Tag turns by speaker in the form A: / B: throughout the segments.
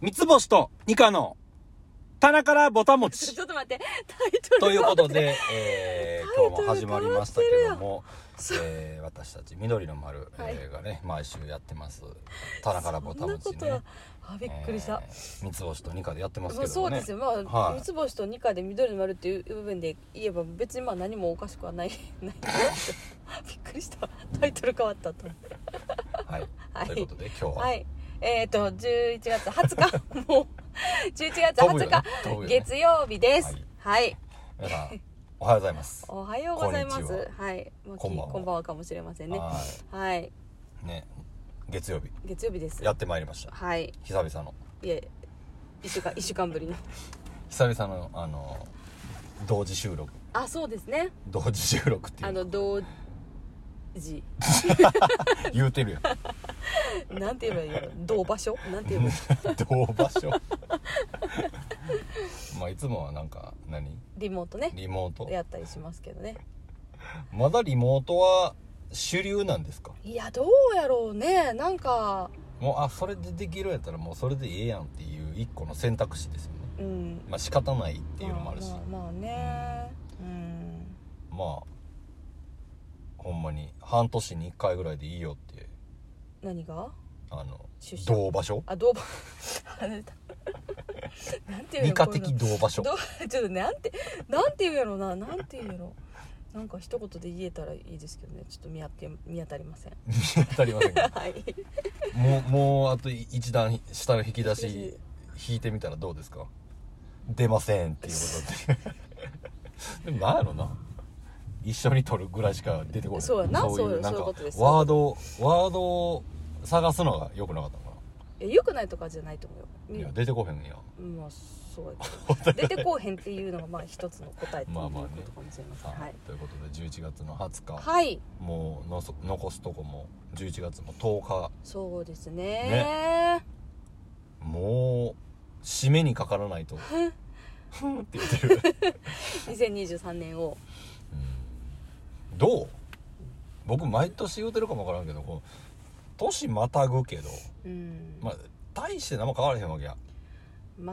A: 三つ星と二課の棚からぼたもち。
B: ちょっと待って、タイト ル
A: ということ
B: 待って。
A: で、えー
B: タイ
A: 今日
B: トル
A: も始まりましたけども、
B: 変
A: えー私たち緑の丸、
B: はい
A: えーがね、毎週やってます。棚からぼたもち
B: そんな
A: ね
B: こ。とはあ、びっくりした
A: え。ー三つ星と二課でやってます
B: ま
A: け
B: あ、
A: ど
B: そ
A: も
B: う
A: ね。
B: ですよ、まあ、
A: はい
B: 三つ星と二課で緑の丸っていう部分で言えば別にまあ何もおかしくはない ないびっくりしたタイトル変わったと
A: はい。
B: はい
A: ということで、今日は。
B: はいえっ、ー、と11月20 日もう11月
A: 飛ぶよ
B: 20
A: ね
B: 日、
A: 飛ぶよね
B: 月曜日ですはい、
A: 皆さん、おはようございます。
B: おはようございま
A: こんにち
B: すはいもうき
A: こんばんは
B: こんばんはかもしれませんねは
A: はいい。ね、月曜日、
B: 月曜日です
A: やってまいりました。
B: はい
A: 久々の、
B: いえ一週間一週間ぶりの
A: 久々の、あの、同時収録、
B: あそうですね
A: 同時収録ってい
B: あ
A: うの
B: の同時
A: 言うてるやん。
B: なんて言えばいいの同場所なんて言えばいいの
A: 同場所まあいつもはなんか何
B: リモートね
A: リモート
B: やったりしますけどね
A: まだリモートは主流なんですか
B: いやどうやろうねなんか
A: もうあそれでできるやったらもうそれでええやんっていう一個の選択肢ですよね
B: うん
A: まあ仕方ないっていうのもあるし
B: まあ、まあまあねうん
A: まあほんまに半年に1回ぐらいでいいよって
B: 何が
A: あの
B: 出社
A: 同場所
B: あ同場 あれだなんて言う
A: 理
B: の
A: 科
B: こういうの
A: 的同場所
B: どうちょっとなんてなんて言うやろななんて言うやろなんか一言で言えたらいいですけどねちょっと見当て見当たりません
A: 見当たりませんけど
B: はい
A: もうもうあと一段下の引き出し引いてみたらどうですか出ませんっていうことで でもなんやろな一緒に撮るぐらいしか出てこない
B: そうやな
A: いう
B: そう
A: なん
B: そうい
A: か
B: うことです
A: ワードをワードを探すのが良くなかったのか
B: え良くないとかじゃないと思う
A: な、
B: よ
A: いや出てこへんやん
B: うんまあそ うやけど出てこうへんっていうのがまあ一つの答えっていう
A: まあまあ
B: こ
A: ね
B: とかもしれません
A: は
B: はい
A: い、ということで11月の20日、
B: はい
A: もうのそ残すとこも11月も10日
B: そうですね
A: もう締めにかからないとふんって言ってる
B: 2023年を
A: うんどう僕毎年言うてるかもわからんけどこう年またぐけど、
B: うん
A: まあ、大して何も変わらへんわけや
B: ま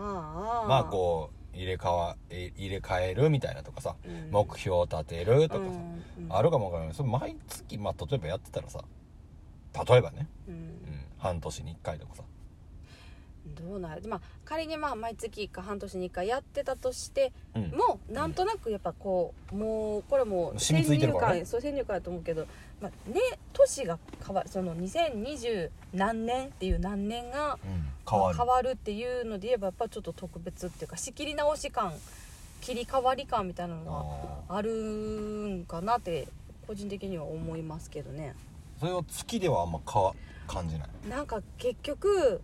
B: あ
A: まあこう入れ替わえ入れ替えるみたいなとかさ、
B: うん
A: 目標を立てるとかさ、
B: うんうん
A: あるかもわからんけどそれ毎月、まあ、例えばやってたらさ例えばね、
B: う
A: うんん、半年に1回とかさ
B: どうなるまあ仮にまあ毎月1回半年に1回やってたとして
A: うん
B: もなんとなくやっぱこうもうこれもう
A: 染み付いてるからね
B: 先入観そう先入観やと思うけど、まあ、ね年が変わるその2020何年っていう何年が
A: うん変わる
B: 変わるっていうので言えばやっぱちょっと特別っていうか仕切り直し感切り替わり感みたいなの
A: あ
B: があるんかなって個人的には思いますけどね
A: ーそれは月ではあんま変わ感じない
B: なんか結局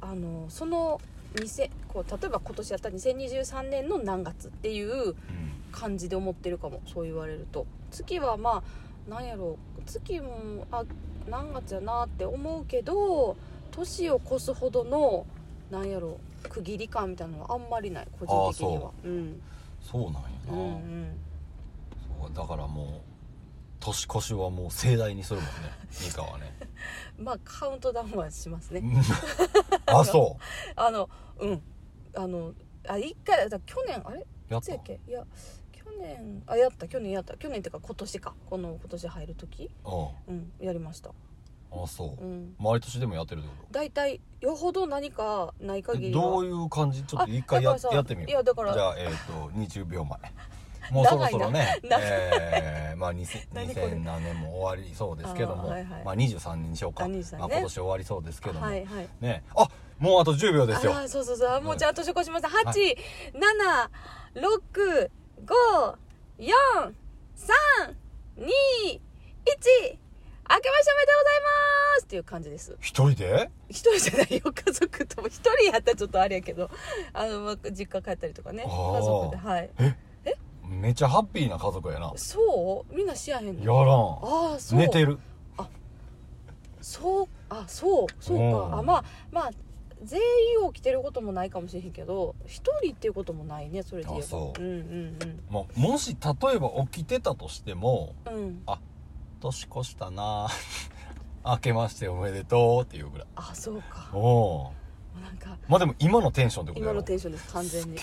B: あのその2000こう例えば今年やった2023年の何月っていう
A: うん
B: 感じで思ってるかもそう言われると月はまあなんやろう月もあ何月やなって思うけど年を越すほどのなんやろう区切り感みたいなのはあんまりない個人的に
A: あ
B: はうん
A: そうなんやな、
B: うんうん
A: そうだからもう年越しはもう盛大にする もんねミカはね
B: まあカウントダウンはしますね
A: あそ
B: あのうんあのあ一回だから去年あれ
A: うや
B: い
A: っ
B: つ
A: た
B: やっけいや去年あやった去年やった去年っていうか今年かこの今年入る時
A: う
B: うんやりました
A: んあそう、
B: うん
A: 毎年でもやってるってこ
B: 大体よほど何かない
A: と
B: 限
A: え
B: りは
A: どういう感じちょっと一
B: あ
A: 回や
B: だからさ
A: やってみよう
B: いやだから
A: じゃあえっ、と20秒前もうそろそろね
B: 長いな
A: えー、まあ2000
B: 何これ
A: 2000何年も終わりそうですけども
B: あーはいはい
A: まあ23年にしようか、
B: あ23ね
A: まあ、今年終わりそうですけども、
B: はいはい
A: ねあもうあと10秒ですよ
B: あらそうそうそうあもうじゃあ年越しました
A: は
B: 8、7 6 5 4 3 2 1明けましておめでとうございますっていう感じです
A: 一人で
B: 一人じゃないよ家族とも一人やったらちょっとあれやけど あのまあ実家帰ったりとかね
A: あー
B: 家族ではい
A: めっちゃハッピーな家族やな
B: そうみんなしやへん
A: や
B: の
A: ら
B: ああそ
A: ん
B: う
A: 寝てる
B: そうあそうそう
A: う
B: か
A: ん
B: あまあまあ全員起きてることもないかもしれへんけど一人っていうこともないねそれで言えば
A: あそう
B: うんうん
A: まあもし例えば起きてたとしても
B: うんうん
A: 年越したなぁ 明けましておめでとうっていうぐらい
B: あそうか
A: おお
B: なんか
A: まあでも今のテンションってこと
B: 今
A: だ
B: の
A: ろ
B: テンションです完全に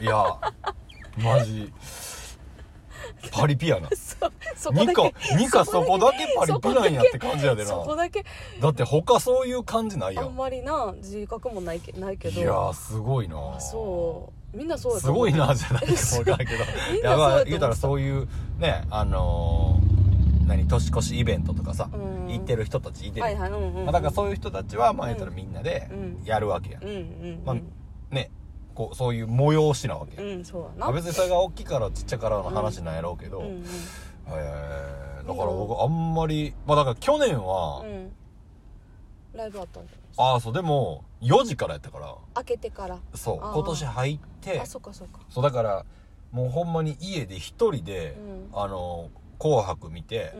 A: いやマジパリピやな
B: そ そこ
A: ニ
B: だ
A: カ
B: け
A: ニカそこだけパリピなんやって感じやでな
B: そこだけ
A: だって他そういう感じないや
B: あん
A: ん
B: まりな自覚もないけないけ
A: い
B: ど
A: やーすごいな
B: あそうみんなそうや
A: す
B: と思
A: ご
B: う
A: いなじゃないかもわからんけど
B: みんなそうやと思ってた
A: やばい言うたらそういうねあのー何年越しイベントとかさ
B: うん
A: 行ってる人たちいてる
B: はいはいうんうん、うん
A: まあ、だからそういう人たちはまあ言ったらみんなで
B: うん
A: やるわけや
B: うんうん
A: ま
B: う
A: あ
B: ん、
A: ねこうそういう催しなわけ
B: う
A: や、
B: ん、そうや
A: まあ
B: な
A: 別にそれが大きいからちっちゃからの話なんやろうけど、
B: うんうん
A: えーだから僕あんまりまあだから去年は、
B: うんライブあったんじゃないですか
A: ああそうでも4時からやったから
B: 開けてから
A: そう
B: あー
A: 今年入って
B: あそっかそっか
A: そうだからもうほんまに家で一人で、
B: うん
A: あの「紅白」見て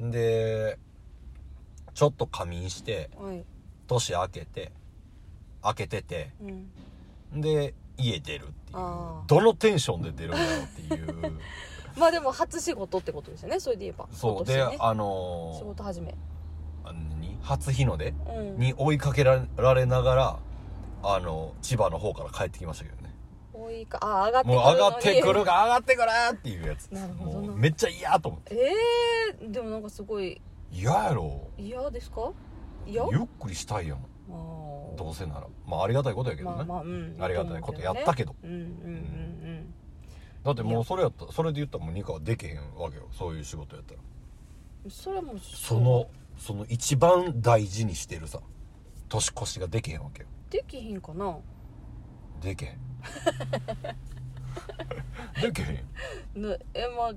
B: う、ん
A: でちょっと仮眠して
B: はい
A: 年明けて明けてて
B: うん
A: で家出るっていう
B: あー
A: どのテンションで出るんだろうっていう
B: まあでも初仕事ってことですよねそれで言えば
A: そうで、
B: 今年ね
A: あ
B: 仕
A: の
B: 事始め
A: ー、あの何初日の出
B: うん
A: に追いかけられながらあの千葉の方から帰ってきましたけどね
B: 多いかあ上がってく
A: も
B: る
A: う
B: の
A: 上
B: に
A: がってくるが上がってくるっていうやつ
B: なるほど
A: も
B: な
A: うめっちゃ嫌と思って
B: えー、でもなんかすごい
A: 嫌やろ
B: 嫌ですか
A: ゆ
B: 嫌
A: っくりしたいやん
B: まあ
A: どうせならまあありがたいことやけどね、
B: まあまあうん
A: ありがたいことやった
B: け
A: けど
B: どねうんうんうん
A: だってもうそれやったそれで言ったらもうニカはできへんわけよそういう仕事やったら
B: うんそれはもう
A: そのその一番大事にしてるさ年越しができへんわけよ
B: できひんかな
A: で けへんでけへん
B: ぬえまあ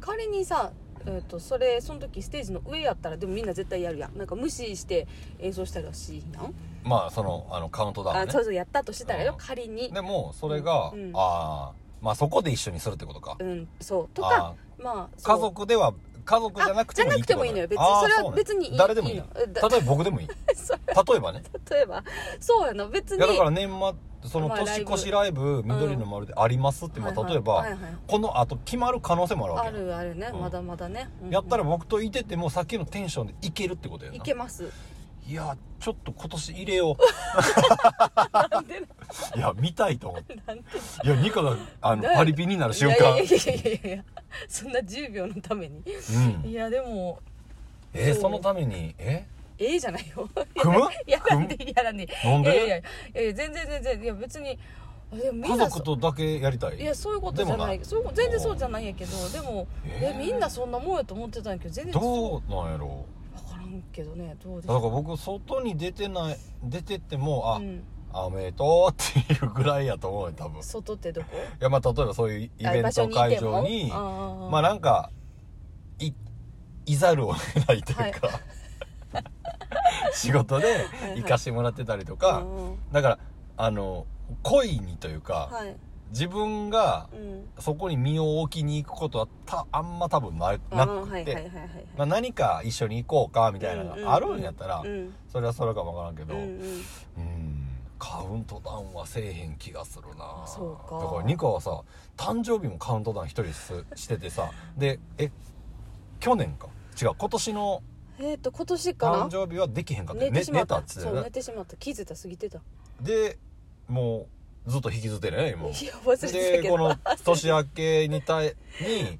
B: 仮にさえー、とそれその時ステージの上やったらでもみんな絶対やるやんなんか無視して演奏したらしいやん、
A: まあそのあのカウントダウ
B: あ
A: ン
B: そう
A: ね
B: そうやったとしたらよ
A: うん
B: 仮に
A: でもそれが、
B: うん
A: ああまあそこで一緒にするってことか
B: うんそうと
A: あ
B: かまあ
A: ー
B: そう
A: 家族では家族じゃなくてもいいってこと
B: あじゃなくてもいいのよ別に
A: あー
B: それは
A: うなんや
B: 別にいい
A: 誰でもいい
B: いい
A: の
B: のえだ
A: 例えば僕でもいい
B: そ
A: 例えばね
B: 例えばそうやな別
A: い
B: に
A: やだから年末その
B: まあラ
A: 年
B: イブ
A: 越しライブ緑の丸でありますって、
B: はい
A: ま
B: は
A: あ、
B: い
A: 例えば、
B: はいはい
A: この後決まる可能性もあるわ
B: あ
A: けよ
B: るあるね、
A: うん
B: まだまだね、うん
A: やったら僕といててもさっきのテンションでいけるってことやない
B: けます
A: いやちょっと今年入れよ
B: なんで
A: ういや見たいと思って
B: なんで
A: いやニカがあの
B: ね
A: パリピになる瞬
B: いや
A: 間
B: いやいやいやいやいやそんな10秒のために
A: うん
B: いやでも
A: えー
B: そう
A: そのためにえ
B: ええじゃないよ
A: 組む
B: やらんでいいやらんでいい
A: なん
B: いやいや
A: で
B: いやいや全然全然いや別にあでもみ
A: 家
B: んなそ
A: 族とだけやりたい
B: いやそういうことじゃない
A: でも
B: そういうこと全然そうじゃないんやけどでも
A: えー
B: えみんなそんなもんやと思ってたんやけど全然
A: どうなんやろ
B: う分からんけどねどうで
A: う
B: す
A: だから僕外に出てない出てってもあ、
B: うん、
A: あおめでとうっていうぐらいやと思うよ多分い
B: 外ってどこ
A: やまあ例えばそういうイベント会場にま
B: ま
A: あなんかいいざるを得ないというか、 仕事で
B: はい
A: 行かしてもらってたりとか、だからあの恋にというか、
B: はい
A: 自分が
B: うん
A: そこに身を置きに行くことはたあんま多分な
B: あ
A: な
B: ー
A: くて、
B: はいはいはいはいはい
A: まあ、何か一緒に行こうかみたいなのがあるんやったら、
B: うん
A: それはそれかもわからんけ
B: う
A: ど、
B: んうん
A: うんカウントダウンはせえへん気がするな
B: あそうか
A: だからニカはさ誕生日もカウントダウン一人すしててさでえ去年か違う今年の
B: えっ、と今年かな
A: 誕生日はできへんかった
B: 寝
A: よ
B: てしまった,、
A: 寝たっつってた
B: そ
A: よ
B: う
A: ね
B: 寝てしまった気づいたら過ぎてたい
A: でもうずっと引きずってるよ ね今
B: や忘れてた
A: で
B: け
A: こ
B: ど
A: の年明けにたいに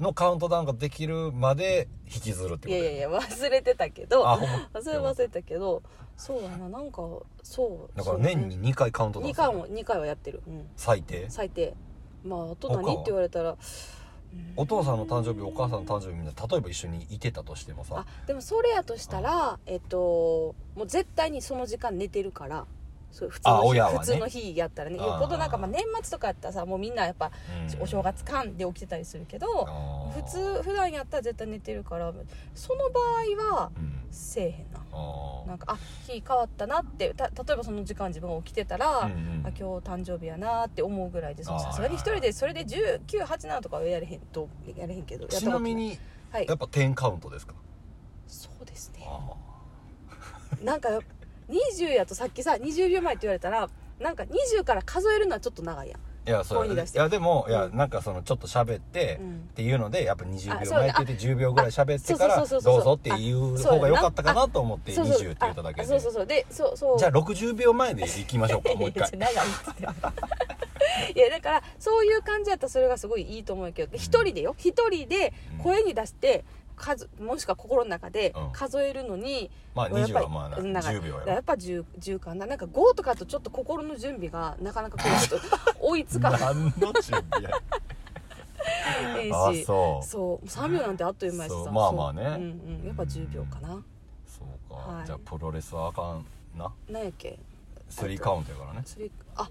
A: のカウントダウンができるまで引きずるってこと
B: いや
A: や
B: いやいや忘れてたけど
A: あほんま
B: それ忘れてたけどそうやななんかそう
A: だから年に2回カウントダウン
B: 2
A: する
B: 回も2回はやってる、うん、
A: 最低
B: 最低まああと何
A: 他は
B: って言われたら
A: お父さんの誕生日お母さんの誕生日みんな例えば一緒にいてたとしてもさ
B: あでもそれやとしたらえっともう絶対にその時間寝てるからそう普通
A: あ
B: の日、
A: 親はね
B: 普通の日やったらね
A: あー
B: よっぽどなんかまあ年末とかやったらさもうみんなやっぱ
A: うん
B: お正月間で起きてたりするけど
A: あー
B: 普通普段やったら絶対寝てるからその場合は
A: うん
B: せえへんな
A: あ
B: なんかあ日変わったなってた例えばその時間自分が起きてたら、
A: ーうんうん
B: あ今日誕生日やなって思うぐらいでその
A: あー
B: さすがに一人でそれで1987とかはやれへんとやれへんけどやったこ
A: ち
B: と
A: なみに
B: はい
A: やっぱ10カウントですか
B: そうですね
A: あ
B: なんか20やとさっきさ20秒前って言われたらなんか20から数えるのはちょっと長いやん
A: いやそう
B: 声に出して
A: いやでもいや
B: うん
A: なんかそのちょっと喋って、
B: うん
A: っていうのでやっぱ
B: あ
A: 20秒
B: そう
A: 前っ
B: だ
A: て言って10秒ぐらい喋って
B: あ
A: から
B: そ
A: ど
B: うそう
A: う
B: そうそう
A: ぞっていう方が良かったかなと思って
B: そうそ
A: 20
B: う
A: って言っただけ
B: あそう
A: で
B: そうそうでそうそう
A: じゃあ60秒前でいきましょう かもう一回
B: いや長いっつっていやだからそういう感じやったらそれがすごいいいと思うけど一人でよ一人で声に出して数もしくは心の中で
A: うん
B: 数えるのに、
A: まあ
B: やっ
A: 20
B: ぱ
A: は
B: り
A: まあな
B: うんなんか
A: 10秒
B: だから
A: や
B: やっぱ 10, 10かななんか5とかとちょっと心の準備がなかなかこうちょっと 追いつかな
A: 何の準備 や
B: い
A: あ
B: し
A: そう
B: そう3秒なんてあっという間やし
A: そ
B: さ
A: うまあまあね
B: そううんうん、やっぱ10秒かな
A: そうか、
B: はい
A: じゃあプロレスはあかんな
B: 何やっけ
A: 3カウントやからね
B: スリーあ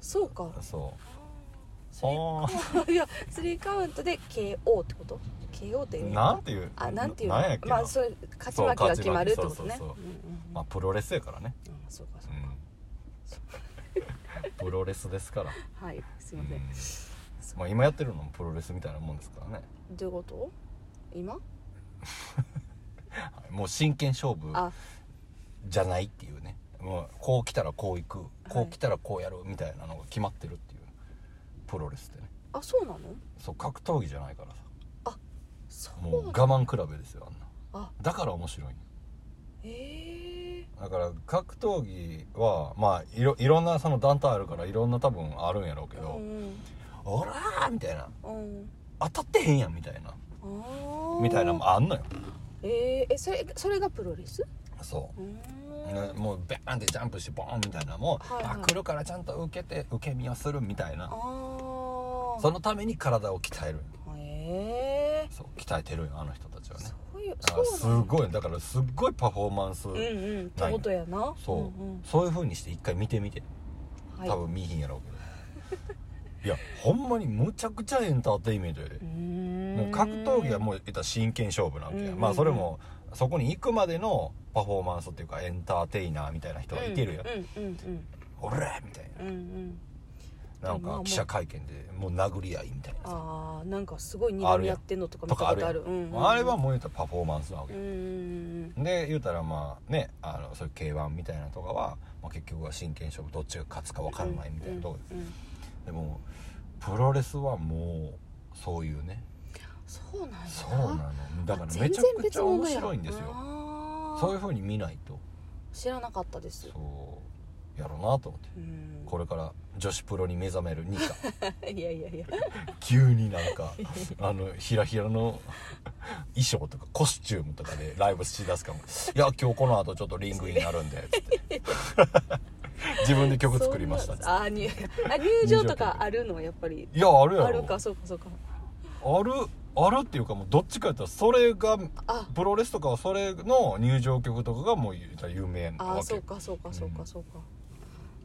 B: そうか
A: そう
B: スリー
A: あー
B: いやスリーカウントで KO ってこと KO っていう
A: なんていう
B: あなんていうの
A: なんやっけな
B: まあそれ勝ち負けが決まるってこ
A: そう勝ち負けそう
B: とね
A: そうそう
B: うんうんうん
A: まあプロレスやからね
B: うんそうかそううか、
A: ん プロレスですから
B: はいすいません、
A: うん
B: そう
A: まあ今やってるのもプロレスみたいなもんですからね、
B: どういうこと今
A: はいもう真剣勝負
B: あ
A: じゃないっていうねもうこう来たらこう行くこ
B: はいう
A: 来たらこうやるみたいなのが決まってるっていうプロレスってね
B: あそうなの
A: そう格闘技じゃないからさ
B: そ
A: も
B: う
A: う
B: なの
A: 我慢比べですよあんな
B: あ
A: だから面白いんよ
B: ええ
A: だから格闘技はまあいろいろんなその団体あるからいろんな多分あるんやろうけ
B: う
A: ど
B: ん
A: 「おらー!」みたいな
B: うん
A: 「当たってへんやん」みたいな
B: あー
A: みたいなのもあんのよ
B: えー、えそれそれがプロレス
A: そう
B: うーん
A: ねもうバーンってジャンプしてボーンみたいなのも、
B: はいはい
A: あ来るからちゃんと受けて受け身をするみたい
B: あ
A: な
B: ー
A: そのために体を鍛える
B: ええ
A: そう鍛えてるよあの人たちはね
B: そういう
A: だからす
B: そうなんだ
A: ごいだからすっごいパフォーマンス、
B: うんうんってことやな
A: そう、
B: ん
A: そういう風にして一回見てみて
B: うんはい、
A: 多分見ひんやろうけど、い、やほんまにむちゃくちゃエンターテインメントやで
B: うー、ん
A: もう格闘技はもう言ったら真剣勝負なわけや、
B: うんうんうん
A: まあそれもそこに行くまでのパフォーマンスっていうかエンターテイナーみたいな人がいてるやん、
B: うんうんうん
A: おらみたいな
B: うんうん
A: なん
B: まあま
A: か
B: あ
A: 記者会見でもう殴り合いみたいなさ
B: あーなんかすごい睨み合ってんのとか見
A: と
B: た
A: かあ
B: こ
A: る
B: と
A: や
B: あ
A: ん
B: るうんうん
A: あれはもう言うたらパフォーマンスなわけ
B: うん、うん
A: で言うたらまあねあのそういう k 1みたいなとかは、まあ、結局は真剣勝負どっちが勝つか分からないみたいなとこで,、
B: うんうんうん
A: でもプロレスはもうそういうね
B: そうなんや
A: そうなのだからめちゃくちゃ面白いんですよそういううふうに見ないと
B: 知らなかったです
A: そうやろうなと思って
B: うん
A: これから女子プロに目覚めるニカ
B: いやいやいや
A: 急になん かあのひらひらの衣装とかコスチュームとかでライブしだすかも「いや今日この後ちょっとリングインあるんで」つって 自分で曲作りましたっつって
B: そんなあ入 あ入場とかあるのやっぱり
A: いやあるやろ
B: あるかそうかそうか
A: あるあるっていうかもうどっちかやったらそれが
B: あ
A: プロレスとかはそれの入場曲とかがもう言うたら有名な
B: あ
A: わけ
B: そう
A: よ
B: かそうかそうかそうか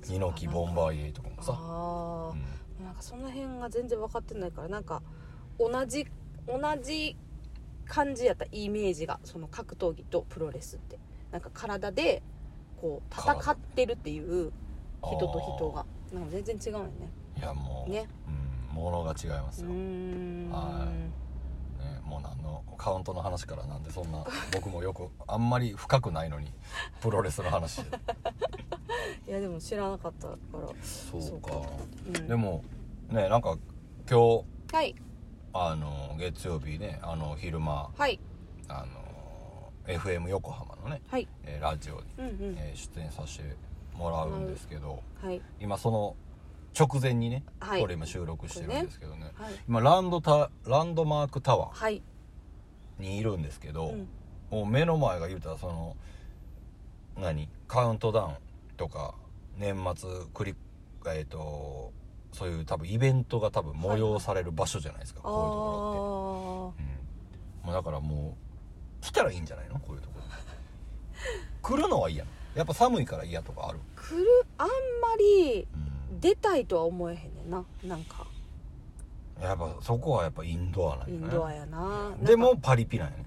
A: 猪木ボンバーイエイとかもさ、
B: あ
A: う
B: あ
A: ん
B: なんかその辺が全然分かってないからなんか同じ同じ感じやったイメージがその格闘技とプロレスってなんか体でこう戦ってるっていう人と人がなんか全然違うよね
A: いやもう、
B: ね
A: うん、ものが違います
B: う
A: よ、
B: ーん
A: はね、もう何のカウントの話からなんでそんな 僕もよくあんまり深くないの にプロレスの話で
B: いやでも知らなかったから、
A: そう
B: かうん、
A: でもねなんか今日
B: はい
A: あの月曜日ねあの昼間
B: はい
A: あの FM 横浜のね、
B: はい
A: えーラジオに、
B: うんうん、
A: えー出演させてもらうんですけど、
B: はい
A: 今その直前にね、
B: はい
A: これ今収録してるんですけどね
B: はい
A: 今ランドタランドマークタワ
B: はい
A: ーにいるんですけど、
B: うん
A: もう目の前が言うたらその何カウントダウンとか年末クリえっ、とそういう多分イベントが多分催される場所じゃないですか、
B: ああ
A: こういうところって、うん、もうだからもう来たらいいんじゃないのこういうところ 来るのは嫌なやっぱ寒いから嫌とかある、
B: ー来るあんまり
A: うん
B: 出たいとは思えへんねんななんか
A: やっぱそこはやっぱインドアなん
B: イ
A: よ
B: ン
A: ね
B: ドアやななんか
A: でもパリピなんやね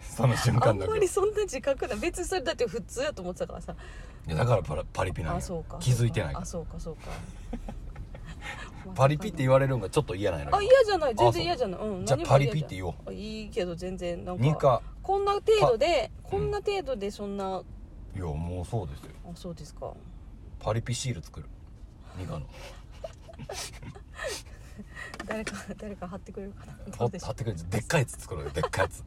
A: その瞬
B: あ
A: 間
B: ん
A: だ
B: ま
A: け
B: り
A: い
B: そんな自覚ない別にそれだって普通やと思ってたからさ
A: やだからパラパリピなん
B: あ
A: や
B: そうか
A: 気づいてないか
B: あ
A: ら
B: そうかそうか
A: パリピって言われるのがちょっと嫌なんや
B: あ
A: ろ
B: 嫌じゃない全然嫌じゃないうん
A: じゃあ
B: 何も
A: パ
B: 嫌
A: リピって言おう
B: あいいけど全然なん
A: ニ
B: か
A: カ
B: こんな程度で
A: パ
B: こんな程度でそんなあ
A: いやもうそうですよ
B: そうですか
A: パリピシール作るニカの
B: 誰か誰か貼ってくれるかなど
A: 貼
B: う
A: っ
B: でしょ
A: 貼
B: う
A: ってくれるでっかいやつ作ろうよでっかいやつ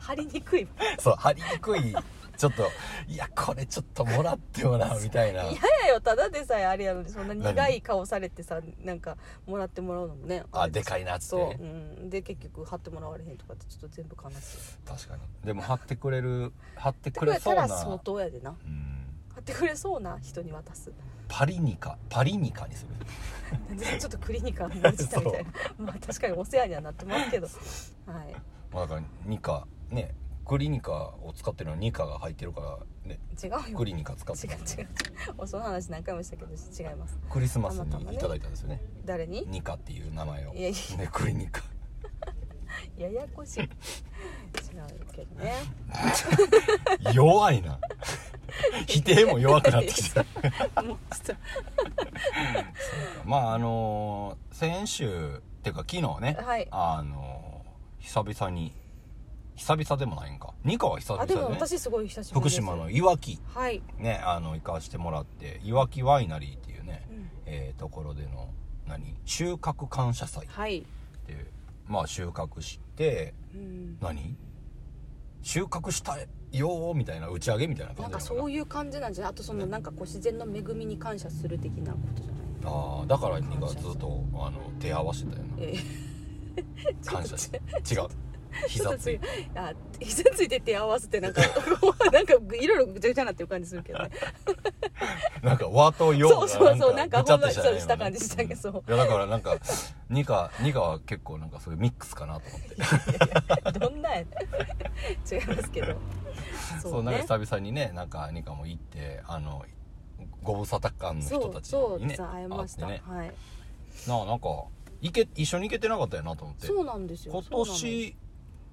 B: 貼りにくい
A: そう貼りにくいちょっといやこれちょっともらってもなみたいな
B: 嫌やよただでさえあれやのにそんな苦い顔されてさなんかもらってもらうのもね
A: あで
B: い
A: かいなっつっ
B: そ
A: て
B: う、うん、で結局貼ってもらわれへんとかってちょっと全部悲しい
A: 確かにでも貼ってくれる貼って
B: 貼ってく
A: くれ
B: れ
A: そ
B: た
A: うな
B: ら相当やでな
A: うん
B: 貼ってくれそうな人に渡す
A: パリニカパリニカにする
B: ちょっとクリニカに落ちたみたいな まあ確かにお世話にはなってますけどはい
A: まあだからニカねクリニカを使ってるのにニカが入ってるからね
B: 違うよ
A: クリニカ使って
B: 違
A: る
B: う違う違 うその話何回もしたけど違います
A: クリスマスにいただいたんですよね
B: 誰に
A: ニカっていう名前を
B: いやい
A: ねクリニカ
B: やややこしい違うけどね
A: 弱いな 否定も弱くなってきた
B: もうちょっ
A: まああのー先週っていうか昨日ね
B: と、はい
A: あのー久々に久々でもないんかニカは久
B: あ
A: 々
B: で
A: で
B: も
A: ね
B: 私すごい久しぶり
A: 福
B: です
A: 島のいわき
B: はい、
A: ねあの行かしてもらっていわきワイナリーっていうね、
B: うん
A: えーところでの何収穫感謝祭っ
B: はい、
A: ていうまあ収穫して
B: うん、
A: 何収穫したよーみたいな打ち上げみたいな
B: なん
A: 感
B: か
A: じなのかな
B: そういう感じなんじゃないあとそのなんかこう自然の恵みに感謝する的なことじゃない
A: ああだからニカずっとあの手合わせてたよな
B: え
A: 感謝して違う膝ついて
B: えあ膝ついて手合わせてなんかなんかいろいろぐちゃぐちゃになってる感じするけどね
A: なんか和と洋
B: そうそうそ
A: ぐちゃっ
B: う
A: と
B: なんかほんまそうした感じしたけど
A: ん
B: そ
A: い
B: う
A: やだからなんかニカニカは結構なんかそういうミックスかなと思って
B: どんなやねん違いますけど
A: そうなんか久々にねなんかニカも行ってあのご無沙汰感の人たち
B: そうそ
A: に
B: う
A: ね
B: 実は会えました、
A: 会ってね
B: はい
A: なあなんか行け一緒に行けてなかったよなと思って
B: そうなんですよ
A: 今
B: そうなの
A: 年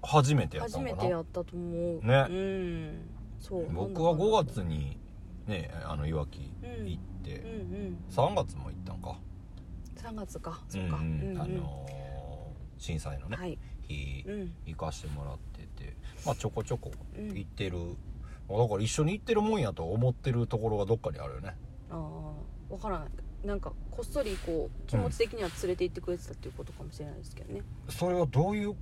A: 初めてやった
B: 初
A: の
B: め
A: か
B: てや
A: な
B: ったと思う
A: ね
B: うんそう
A: 僕は5
B: 月
A: 月にねあのいわき行って、
B: うんうん
A: 3月も行ったんか
B: 3月かそうか、
A: うんうん
B: うんうん
A: あのー震災のね、
B: はい
A: 日
B: うん
A: 行かしてもらっててまあちょこちょこ
B: うん
A: 行ってる、まあだから一緒に行ってるもんやと思ってるところがどっかにあるよね
B: ああ分からないなんかこっそりこう気持ち的には連れて行ってくれてたっていうことかもしれないですけどね、
A: それはどういう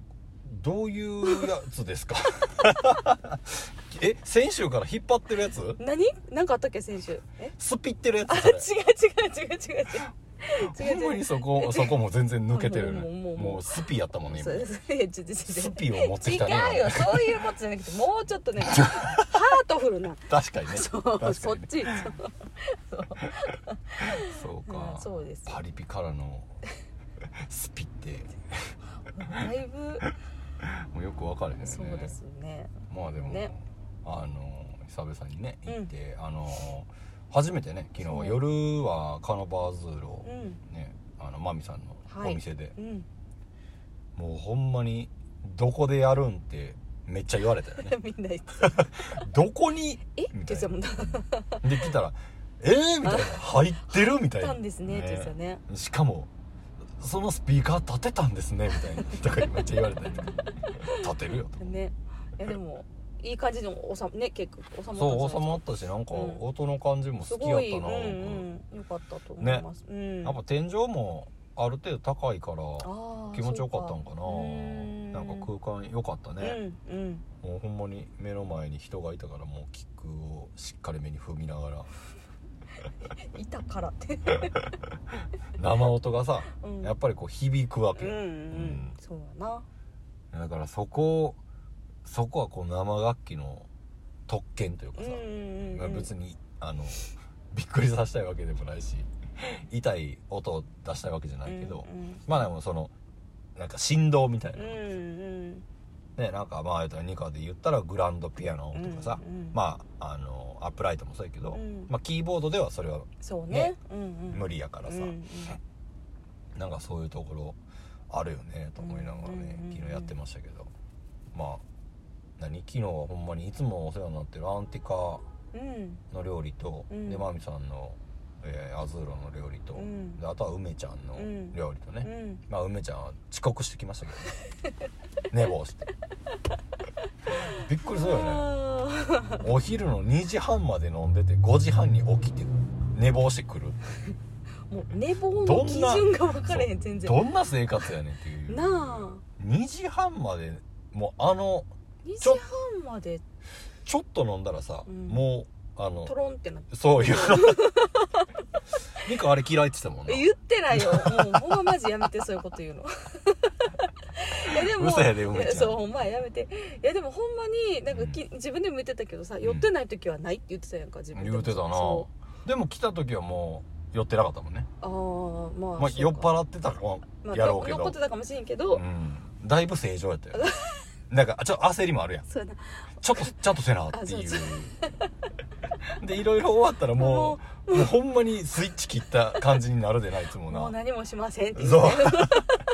A: どういうやつですか え先週から引っ張ってるやつ
B: 何なんかあったっけ選手え
A: すぴってるや
B: あ
A: つ
B: 違う
A: それ
B: 違う違う違う違う違う
A: ほんまにそ
B: 違う
A: こそこも全然抜けてるね
B: もうもうもう
A: もうスピやったもんね
B: そう
A: 今
B: そういやちょちょちょちょ
A: スピを持ってきたね
B: 違うよそういうことじゃなくてもうちょっとねハートフルな
A: 確かにね
B: そう
A: 確かにね
B: そっちそう
A: そう
B: うん
A: か
B: そうです
A: パリピから のスピって
B: だいぶ
A: もうよく分かれへんよね
B: そうですね
A: まあでも、
B: ね
A: あの久々にね
B: うん
A: 行って、あの初めてね昨日
B: そ
A: は
B: う
A: 夜はカノバーズールを
B: うん
A: ねあのマミさんの
B: はい
A: お店で、
B: うん
A: もうほんまにどこでやるんってめっちゃ言われたよ ね
B: みんな言って
A: どこに
B: えっ
A: み
B: て
A: た
B: 言
A: い
B: っ
A: な
B: てた
A: で来たら「えー!」みたいな「入ってる?」みたい
B: た
A: なん
B: ですねって言ってたね
A: しかも「そのスピーカー立てたんですね」みたいなとかめっちゃ言われたりとか「立てるよ」とか
B: ねいやでもいい感じでも収まね結構収まったんじゃな
A: そ
B: いで
A: う
B: すか
A: 収まったしなんか
B: うん
A: 音の感じも
B: す
A: 好きや
B: ご
A: っ
B: い、う
A: た
B: ん
A: な、
B: うん、よかったと思います。うん、
A: やっぱ天井もある程度高いから
B: あー
A: 気持ちよかったんかな
B: そううん
A: なんか空間良かったね、
B: うんうん、
A: もうほんまに目の前に人がいたからもうキックをしっかり目に踏みながら
B: いたか らって、
A: 生音がさ
B: うん、
A: やっぱりこう響くわ
B: うんう
A: け、
B: ん、そうやな。
A: だからそこそこはこう生楽器の特権というか
B: うん
A: さ、
B: うんうん、
A: まあ別にあのびっくりさせたいわけでもないし痛い音を出したいわけじゃないけど、
B: うん
A: まあでもそのなんか振動みたいな
B: うん、う、ん
A: ねなんかまあニカで言ったらグランドピアノ
B: うん、
A: とかさ、
B: うんうん、
A: まああのアップライトもそうやけど、
B: うん
A: まあキーボードではそれは
B: そうね
A: ね、
B: うんうん、
A: 無理やからさ、
B: うんうん、
A: なんかそういうところあるよねと思いながらね、
B: うんうんうん
A: 昨日やってましたけどまあ何昨日はほんまにいつもお世話になってるアンティカ
B: うん、
A: の料理と、
B: うん
A: でマミさんの、えーアズーロの料理と、
B: うん
A: であとは梅ちゃんの
B: うん
A: 料理とね、
B: うん、
A: まあ梅ちゃんは遅刻してきましたけど ね寝坊してびっくりするよね
B: あ
A: お昼の2時半まで飲んでて5時半に起きて寝坊してくる
B: ーもう寝坊
A: ど
B: の
A: ん
B: 基
A: な
B: 準が分かれへん全然
A: どんな生活やねんっていう
B: なあ
A: 2時半までもうあの
B: 2時
A: ちょ
B: 半まで
A: ちょっと飲んだらさ、
B: うん
A: もうあの
B: トロンってなって
A: そういう ミカあれ嫌いって言ってたもんな
B: 言ってないよもうほんまマジやめてそういうこと言うのいやでも
A: 嘘やで梅ちゃん
B: いそうほんまやめていやでもほんまになんかき、自分でも言ってたけどさ寄ってない時はないって言ってたやんか自分で
A: 言うてたな
B: そ
A: でも来た時はもう寄ってなかったもんね
B: うあーまあ、
A: まあ
B: そうか
A: 酔っ払ってたから
B: まあ
A: やろうけど
B: 残ってたかもしれんけど、
A: うんだいぶ正常やっ たよなんかちょっと焦りもあるやん
B: そうやな
A: ちょっとちゃんとせなってい
B: あ
A: う
B: そう
A: でいろいろ終わったらもうもうほんまにスイッチ切った感じになるでないつもな
B: もう何もしませんって言って
A: そう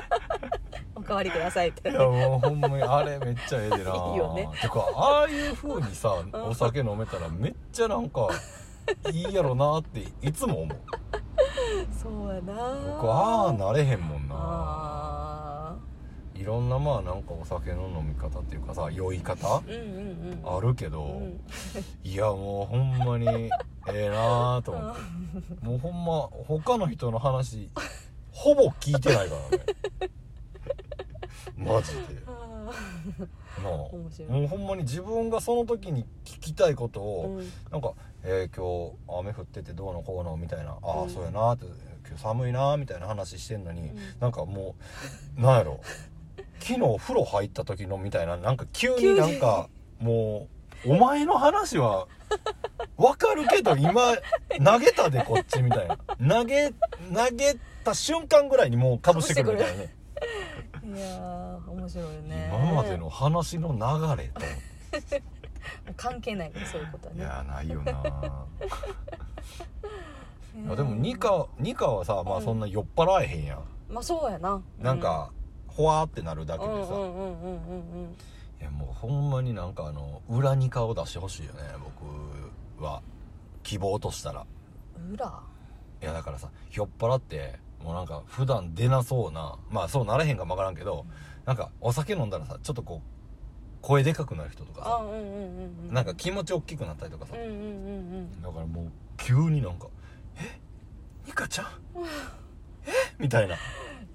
B: おかわりくださいって
A: いやもうほんまにあれめっちゃええでないい
B: いよね
A: てかああいう風にさお酒飲めたらめっちゃなん かいいやろなっていつも思う
B: そうやな
A: 僕ああなれへんもんな
B: あ
A: いろんなまあなんかお酒の飲み方っていうかさ酔い方
B: ーうんうんうん
A: あるけど、
B: うん
A: いやもうほんまにええなあと思ってもうほんま他の人の話ほぼ聞いてないからねマジで
B: あー
A: なあ
B: 面白い
A: もうほんまに自分がその時に聞きたいこと
B: う
A: を、
B: ん
A: なんか「えー今日雨降っててどうのこうの」みたいな「ああ、
B: うん
A: そうやな」って「今日寒いな」みたいな話してんのに、
B: うん
A: なんかもうなんやろ昨日風呂入った時のみたいななんか急
B: 急
A: に
B: に
A: なんかもう「お前の話はわかるけど今投げたでこっち」みたいな投げ投げた瞬間ぐらいにもうかぶしてくるみたいなね
B: いやー面白いね
A: 今までの話の流れと思って。
B: 関係ないからそういうことはね
A: いやないよな
B: うん
A: いやでもニカニカはさまあそんな酔っ払えへんやん、
B: まあそうやな
A: なんかほわーってなるだ
B: う
A: け
B: んうん
A: で
B: うん
A: さ、
B: う
A: い
B: んうんうんうん
A: やもうほんまになんかあの裏ニカを出してほしいよね僕は希望としたら
B: 裏
A: いやだからさ酔っ払ってもうなんか普段出なそうなまあそうならへんかもわからんけどなんかお酒飲んだらさちょっとこう声でかくなる人とか
B: あ
A: さ
B: うんうんうんうん
A: なんか気持ち大きくなったりとかさ
B: うんうんうんうん
A: だからもう急になんか「えニカちゃんえみたいな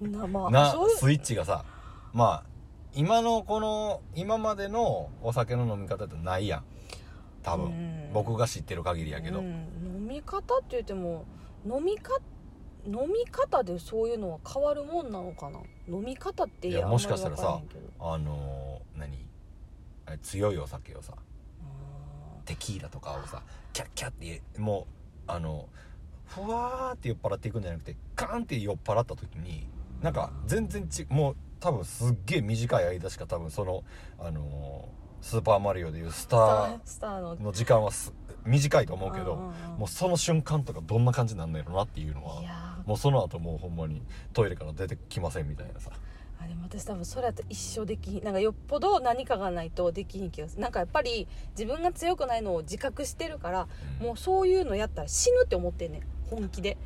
B: なまあ
A: な
B: そう
A: スイッチがさまあ今のこの今までのお酒の飲み方ってないやん多
B: う
A: 分
B: ん
A: 僕が知ってる限りやけど、
B: うん飲み方って言っても飲みか飲み方でそういうのは変わるもんなのかな飲み方ってい
A: いや
B: や
A: もしかしたらさ
B: あんまりわかんないけ
A: あ
B: ど
A: のー何あれ強いお酒をさ
B: あ
A: テキーラとかをさキャッキャッってもうあのふわーって酔っ払っていくんじゃなくてカーンって酔っ払った時になんか全然ちもう多分すっげえ短い間しか多分その、あのースーパーマリオ」でいうスタ
B: ー
A: ー
B: スターの
A: の時間はす短いと思うけ
B: ん
A: ど
B: んん
A: もうその瞬間とかどんな感じになんのやろなっていうの
B: い
A: は
B: や
A: もうその後もうほんまにトイレから出てきませんみたいなさ
B: ーあでも私多分それやったら一生できひんなんかよっぽど何かがないとできひん気がするなんかやっぱり自分が強くないのを自覚してるから
A: うん
B: もうそういうのやったら死ぬって思ってんねん本気で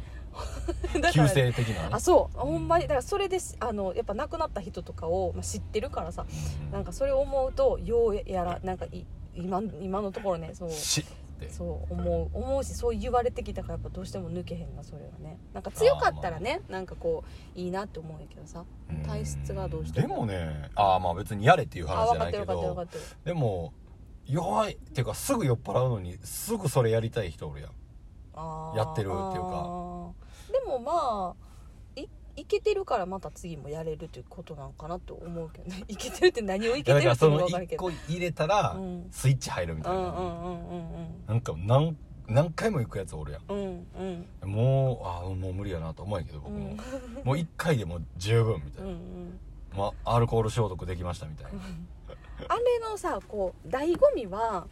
B: だか
A: 急
B: ら
A: 性的なね
B: あそうほんまにだからそれであのやっぱ亡くなった人とかを、まあ、知ってるからさ
A: うん
B: なんかそれを思うとようやらなんかい今今のところねそう
A: シッって
B: そう思う思うしそう言われてきたからやっぱどうしても抜けへんなそれはねなんか強かったらねなんかこういいなって思うんやけどさ
A: うん
B: 体質がどうして
A: で
B: も
A: もねああまあ別にやれっていう話じ
B: あ分
A: ゃ
B: か
A: な
B: っ
A: いけ
B: てる分かってる分か
A: ど
B: ってる
A: でも弱いっていうかすぐ酔っ払うのにすぐそれやりたい人おるやん
B: あー
A: やってるっていうか
B: あーでもまあいいけてるからまた次もやれるということなんかなと思うけどね いけてるって何をい
A: い
B: け
A: や
B: て
A: だ
B: る
A: からそ
B: ってのが
A: の
B: 分かるけ
A: 1
B: ど
A: 個入れたら
B: うん
A: スイッチ入るみ
B: う
A: たい
B: んう
A: なん
B: うんうん
A: なんか何何回も行くやつおるやん
B: うんうんうん
A: もうああもう無理やなと思うんやけど
B: う
A: 僕も
B: ん
A: もう1回でも十分みた
B: う
A: い
B: ん
A: な、
B: うん
A: まあ、アルコール消毒できましたみたいな
B: あれのさこう醍醐味は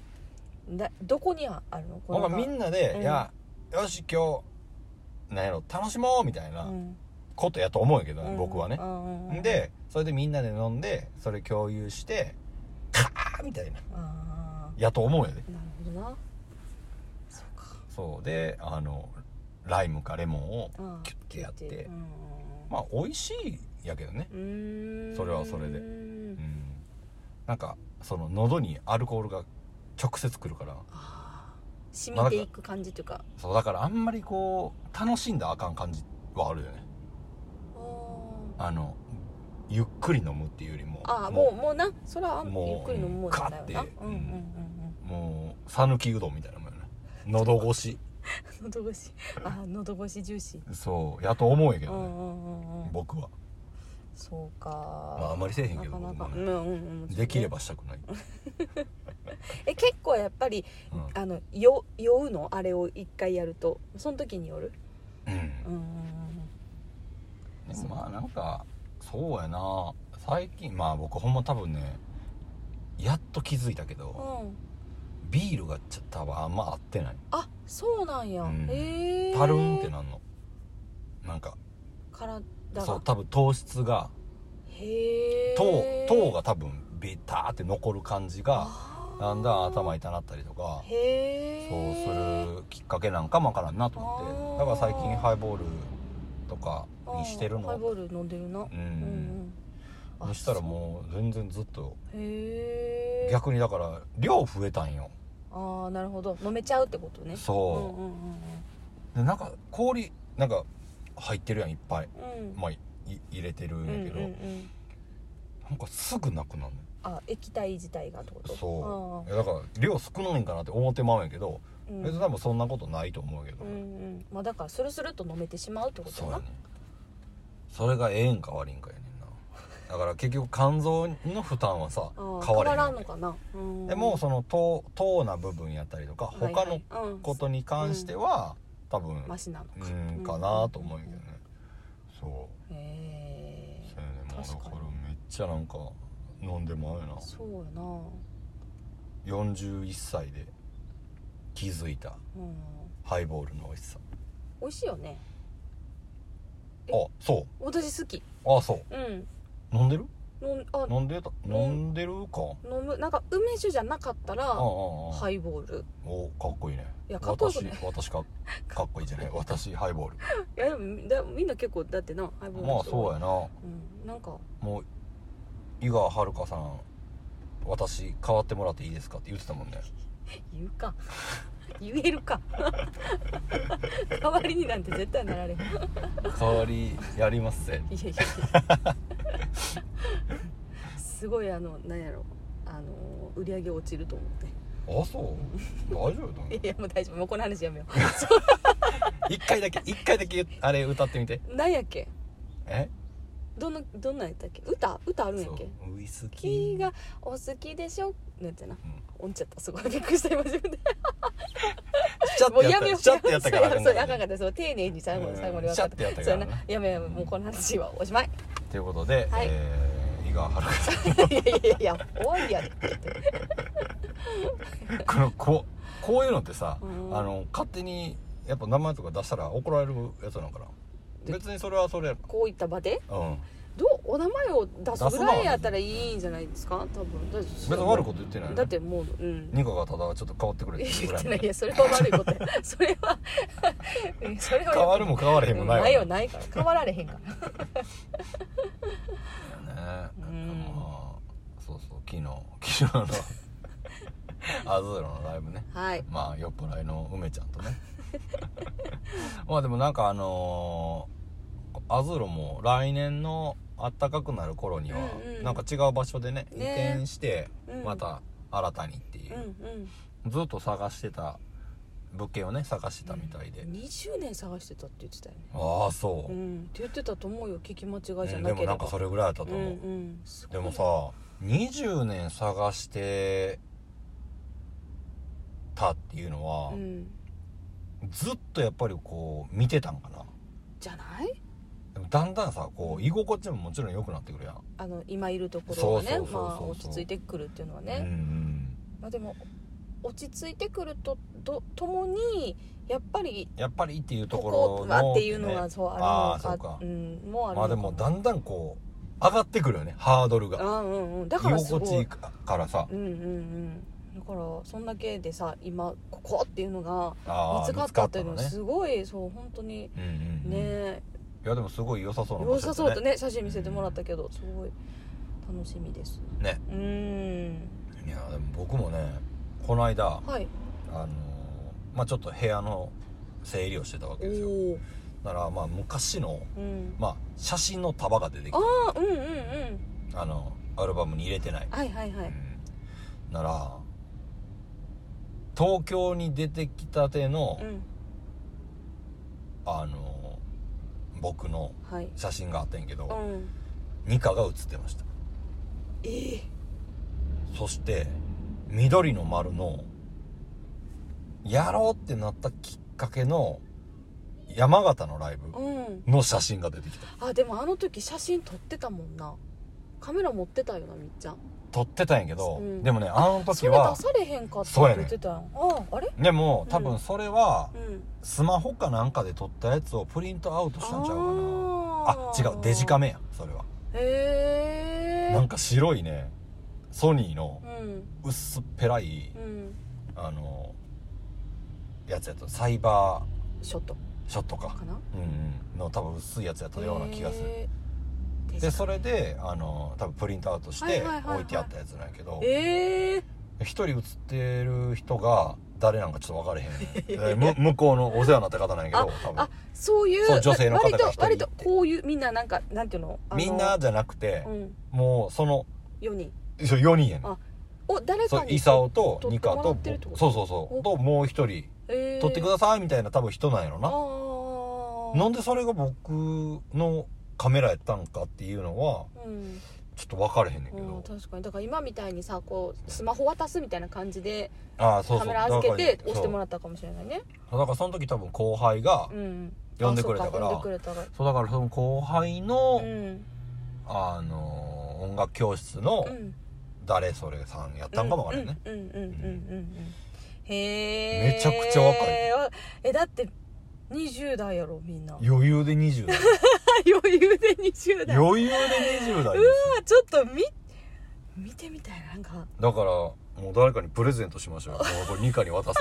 B: だどこにあるのこ
A: なん
B: の
A: かみんなで「
B: うん
A: いやよし今日なんやろ楽しもう」みたいな
B: うん
A: ことやと思うんやけど、
B: うん
A: 僕はね
B: う、んうんうん
A: でそれでみんなで飲んでそれ共有して「カー!」みたいな
B: あ
A: やと思うやで
B: あなるほどなそうか
A: そうであのライムかレモンを
B: ああ
A: キュッてやって
B: うんうんうん
A: まあ美味しいやけどね
B: うーん
A: それはそれでうんなんかその喉にアルコールが直接くるから
B: あー染みていく感じというか
A: そうだからあんまりこう楽しんだらあかん感じはあるよね
B: あ
A: あのゆっくり飲むっていうよりも
B: ーあーもうもうなそれはあん
A: もう
B: ゆっくり飲むもんだよな
A: ガッて
B: うんうんうん
A: うもう讃岐うどんみたいなもんよね喉越し
B: うん喉越しあー喉越し重視
A: そうやと思うんやけ
B: う
A: ど
B: んう
A: ね
B: んうんうん
A: 僕は、
B: そうか
A: まあ、あまりせえへんけ
B: な
A: ど
B: かなか、
A: 僕
B: う
A: も
B: ん
A: ね
B: うんうん、
A: できればしたくない、
B: え結構やっぱり
A: うん
B: あの酔酔うのあれを一回やるとその時による
A: うん
B: うんうんうん
A: で
B: そう
A: もまあなんかそうやな最近まあ僕ほんま多分ねやっと気づいたけ
B: う
A: ど
B: んうん
A: ビールがちょっと多分あんま合ってない
B: あそうなんや、
A: うん
B: へえ
A: パルンってなんのなんか
B: 体
A: そう
B: が
A: 多分糖質が
B: へえ
A: 糖糖が多分ビターって残る感じが
B: あー
A: だんだん頭痛なったりとか
B: へえ
A: そうするきっかけなんかもわからんなと思ってだか
B: あー
A: ら最近ハイボールとかにしてる
B: ハイ
A: の
B: ボール飲んでるな
A: う
B: うんんうん
A: にしたらもう全然ずっと
B: うへえ
A: 逆にだから量増えたんよ
B: ああなるほど飲めちゃうってことねうんうん
A: そう
B: うん
A: でなんか氷なんか入ってるやんいっぱい
B: うんうん
A: まあい入れてるん
B: うんうん
A: やけど、
B: うん
A: なんかすぐなくなる
B: あ液体自体がってこと
A: そういやだから量少ないんかなって思ってまうんやけど、
B: う
A: 別に多分そんなことないと思うけど、
B: うんうんまあだからスルスルっと飲めてしまうってこと
A: そう
B: や
A: や
B: な
A: ねそれがええんか悪いんかやねんなだから結局肝臓の負担はさ
B: あー
A: 変われへん
B: らん
A: わ
B: のかなうん
A: けでもその糖糖な部分やったりとか
B: はい
A: 他
B: は
A: の
B: いうん
A: ことに関しては、多分
B: マシなのか
A: うんかなと思うんやけどね、そう
B: へ
A: そうやねもうだ
B: 確か
A: か
B: に
A: らめっちゃなんか飲んでまうよな
B: えそうやな
A: 41歳で気づいた
B: うん
A: ハイボールの美味しさ
B: 美味しいよねえ
A: あそ
B: 私好き
A: うあそ
B: うん
A: う飲んでる
B: 飲んあ
A: 飲んでた
B: ん
A: 飲んでるか
B: 飲むなんか梅酒じゃなかったら
A: あああああ
B: ハイボール
A: おかっこいいね
B: いやかっこよくない
A: 私私かかっこいいじゃ ない私ハイボール
B: いやでもだみんな結構だってなハイボール
A: まあそう
B: や、
A: やな
B: うん、なんか
A: もう井川遥さん私変わってもらっていいですかって言ってたもんね
B: 言うか 言えるか 代わりになんて絶対なられへんいや
A: 代わりやりますぜ
B: いやいやすごいあのなんやろあの売り上げ落ちると思っ
A: あそう大丈夫 だね
B: ていやもう大丈夫もうこの話やめよ
A: 一回だけ一回だけあれ歌ってみて
B: うなんやっけ
A: え
B: どのどんなんやったっけ歌歌あるんや
A: そ
B: っけ
A: うウイスキ
B: 君
A: ー
B: がお好きでしょなんてな、
A: ん
B: 音ちゃったすごいびっくりした今自分で
A: ちゃっ
B: も
A: と
B: うやめ
A: や
B: よ
A: った
B: う
A: ちゃっとやったからあか
B: そうや
A: ん
B: そ
A: か
B: うやあからんかったそう丁寧に最後
A: う
B: の
A: ん
B: 最後まで分
A: ち
B: か
A: ゃ
B: っ
A: ったとやった
B: そ
A: か
B: う
A: ら
B: や
A: な
B: なやめやめもうこの話はおしまい
A: ということで、
B: はい
A: えー井川遥さ
B: いやいやいや終わりやで
A: んこのこうこういうのってさ、
B: うん
A: あの勝手にやっぱ名前とか出したら怒られるやつなんかな
B: で
A: 別にそれはそれや
B: こういった場で
A: うん
B: どうお名前を出すぐらいやったらいいんじゃないですか多分だって
A: 別に悪いこと言ってないよね
B: だってもううん
A: ニカがただちょっと変わってくれ
B: 言
A: てるぐ
B: っ
A: ら
B: てない
A: い
B: いやそれは悪い ことやそれは うんそれは
A: 変わるも変われへんもない
B: よ
A: ね
B: ないから変わられへんから
A: ま
B: うん
A: あそうそう昨日昨 日のアズーロのライブね
B: はい
A: まあ酔っ払いの梅ちゃんとね まあでもなんかあのーアズーロも来年の暖かくなる頃には
B: うんうん
A: なんか違う場所でね移
B: ね
A: 転して
B: うん
A: また新たにっていううんずっと探してた物件をね探してたみたいで
B: うん20年探してたって言ってたよね
A: ああそううん
B: って言ってたと思うよ聞き間違いじゃ
A: うんで
B: なけれ
A: も
B: ば
A: なんかそれぐらいだったと
B: うん
A: 思う
B: うんすごい
A: でもさ20年探してたっていうのは
B: うん
A: ずっとやっぱりこう見てたんかな
B: じゃない
A: でもだんだんさこう居心地ももちろん良くなってくるやん、
B: あの今いるところがね
A: そうそうそうそう
B: まあ落ち着いてくるっていうのは
A: うんう
B: ね、
A: ん
B: まあでも落ち着いてくるととともにやっぱり
A: やっぱりっていうと
B: こ
A: こ
B: こ
A: ろの
B: はっていうのはそうある
A: あー
B: の
A: そう
B: か
A: か
B: うんもうあるのか
A: まあでもだんだんこう上がってくるよねハードルが
B: あうんうんだ
A: 居
B: からす
A: 心
B: ご
A: 地いい
B: い
A: からさ
B: うんうんうんだからそんだけでさ今ここっていうのが
A: あ
B: 見
A: ー
B: つかったっていうの
A: 見
B: は
A: つかった
B: すごいそう本当に
A: のねうんうんうん、
B: ね
A: いやでもすごい良さそうな
B: 良さそう
A: だ
B: と
A: っ
B: ね写真見せてもらったけどすごい楽しみです
A: たね
B: うーん
A: ねいやでも僕もねこの間
B: はい
A: あのーままあ、ちょっと部屋の整理をしてたわ
B: お
A: けですよ
B: お
A: だからまあ昔の、
B: うん
A: まあ、写真の束が出てき
B: あ
A: て
B: あうんうんうん
A: あのアルバムに入れてない、
B: はいはいは
A: う
B: い
A: ん、なら東京に出てきたての、
B: うん
A: あの僕の
B: はい
A: 写真があったんやけ
B: う
A: ど、
B: ん
A: ニカが写ってました
B: ええ
A: そして緑の丸のやろうってなったきっかけの山形のライブ
B: うん
A: の写真が出てきた
B: あでもあの時写真撮ってたもんなカメラ持ってたよなみっちゃん
A: 撮ってたんやけど、
B: うん
A: でもねあの
B: そ
A: 時
B: れ
A: は
B: 出されへんかって
A: そうやねん
B: 言ってたやんあああれ
A: でも多
B: う
A: 分
B: ん
A: それは
B: うん
A: スマホかなんかで撮ったやつをプリントアウトしたんちゃうかなあ
B: あ
A: 違うデジカ
B: メ
A: メやそれは
B: へえ
A: なんか白いねソニーの
B: うん
A: 薄っぺらい
B: うん
A: あのやつやったサイバ
B: ショット
A: ーショットか
B: かな
A: うんうんの多分薄いやつやったような気がする
B: へえ
A: でそれであの多分プリントアウトし
B: はい
A: て
B: はいはいはい
A: 置いてあったやつなんやけど
B: ええ
A: 一人写ってる人が誰なんかちょっと分かれへ んでむ向こうのお世話になった方なんやけど多分
B: あそういう
A: そう女性の方が
B: 割と
A: 一人
B: 割
A: いて
B: とこういうみんななんかなんていうのあの
A: みんなじゃなくて
B: うん
A: もうその
B: 4人
A: 4人やねん
B: あお誰
A: そ
B: か
A: う
B: に
A: イサオと
B: 撮って
A: ニカ
B: もら
A: と
B: ってるってこと
A: そうそうそう
B: お
A: ともう一人
B: えー
A: 撮ってくださいみたいな多分人なんやろ
B: あ
A: な
B: ー
A: なんでそれが僕のカメラやったんかっていうのは
B: うん
A: ちょっと分かれへんねんけ
B: う
A: ど
B: ん、確かにだから今みたいにさこうスマホ渡すみたいな感じで
A: ああそうそ
B: カ
A: う
B: メラ預けて押しても
A: ら
B: らったかもしれないね
A: うだからその時多分後輩が
B: うん
A: 呼んでくれたから
B: あそう呼んでくれたから
A: そうだからその後輩の、
B: うん
A: あのー音楽教室の
B: うん
A: 誰それさんやったんかもわからんね、
B: うんうんうんうんうんうんへえ
A: めちゃくちゃ若い
B: えだって20代やろみんな
A: 余裕で20代
B: 余裕で20代
A: 余裕で20代ですよ
B: あちょっとみ見てみたいなんか
A: だからもう誰かにプレゼントしましょうよもうこれニカに渡 さ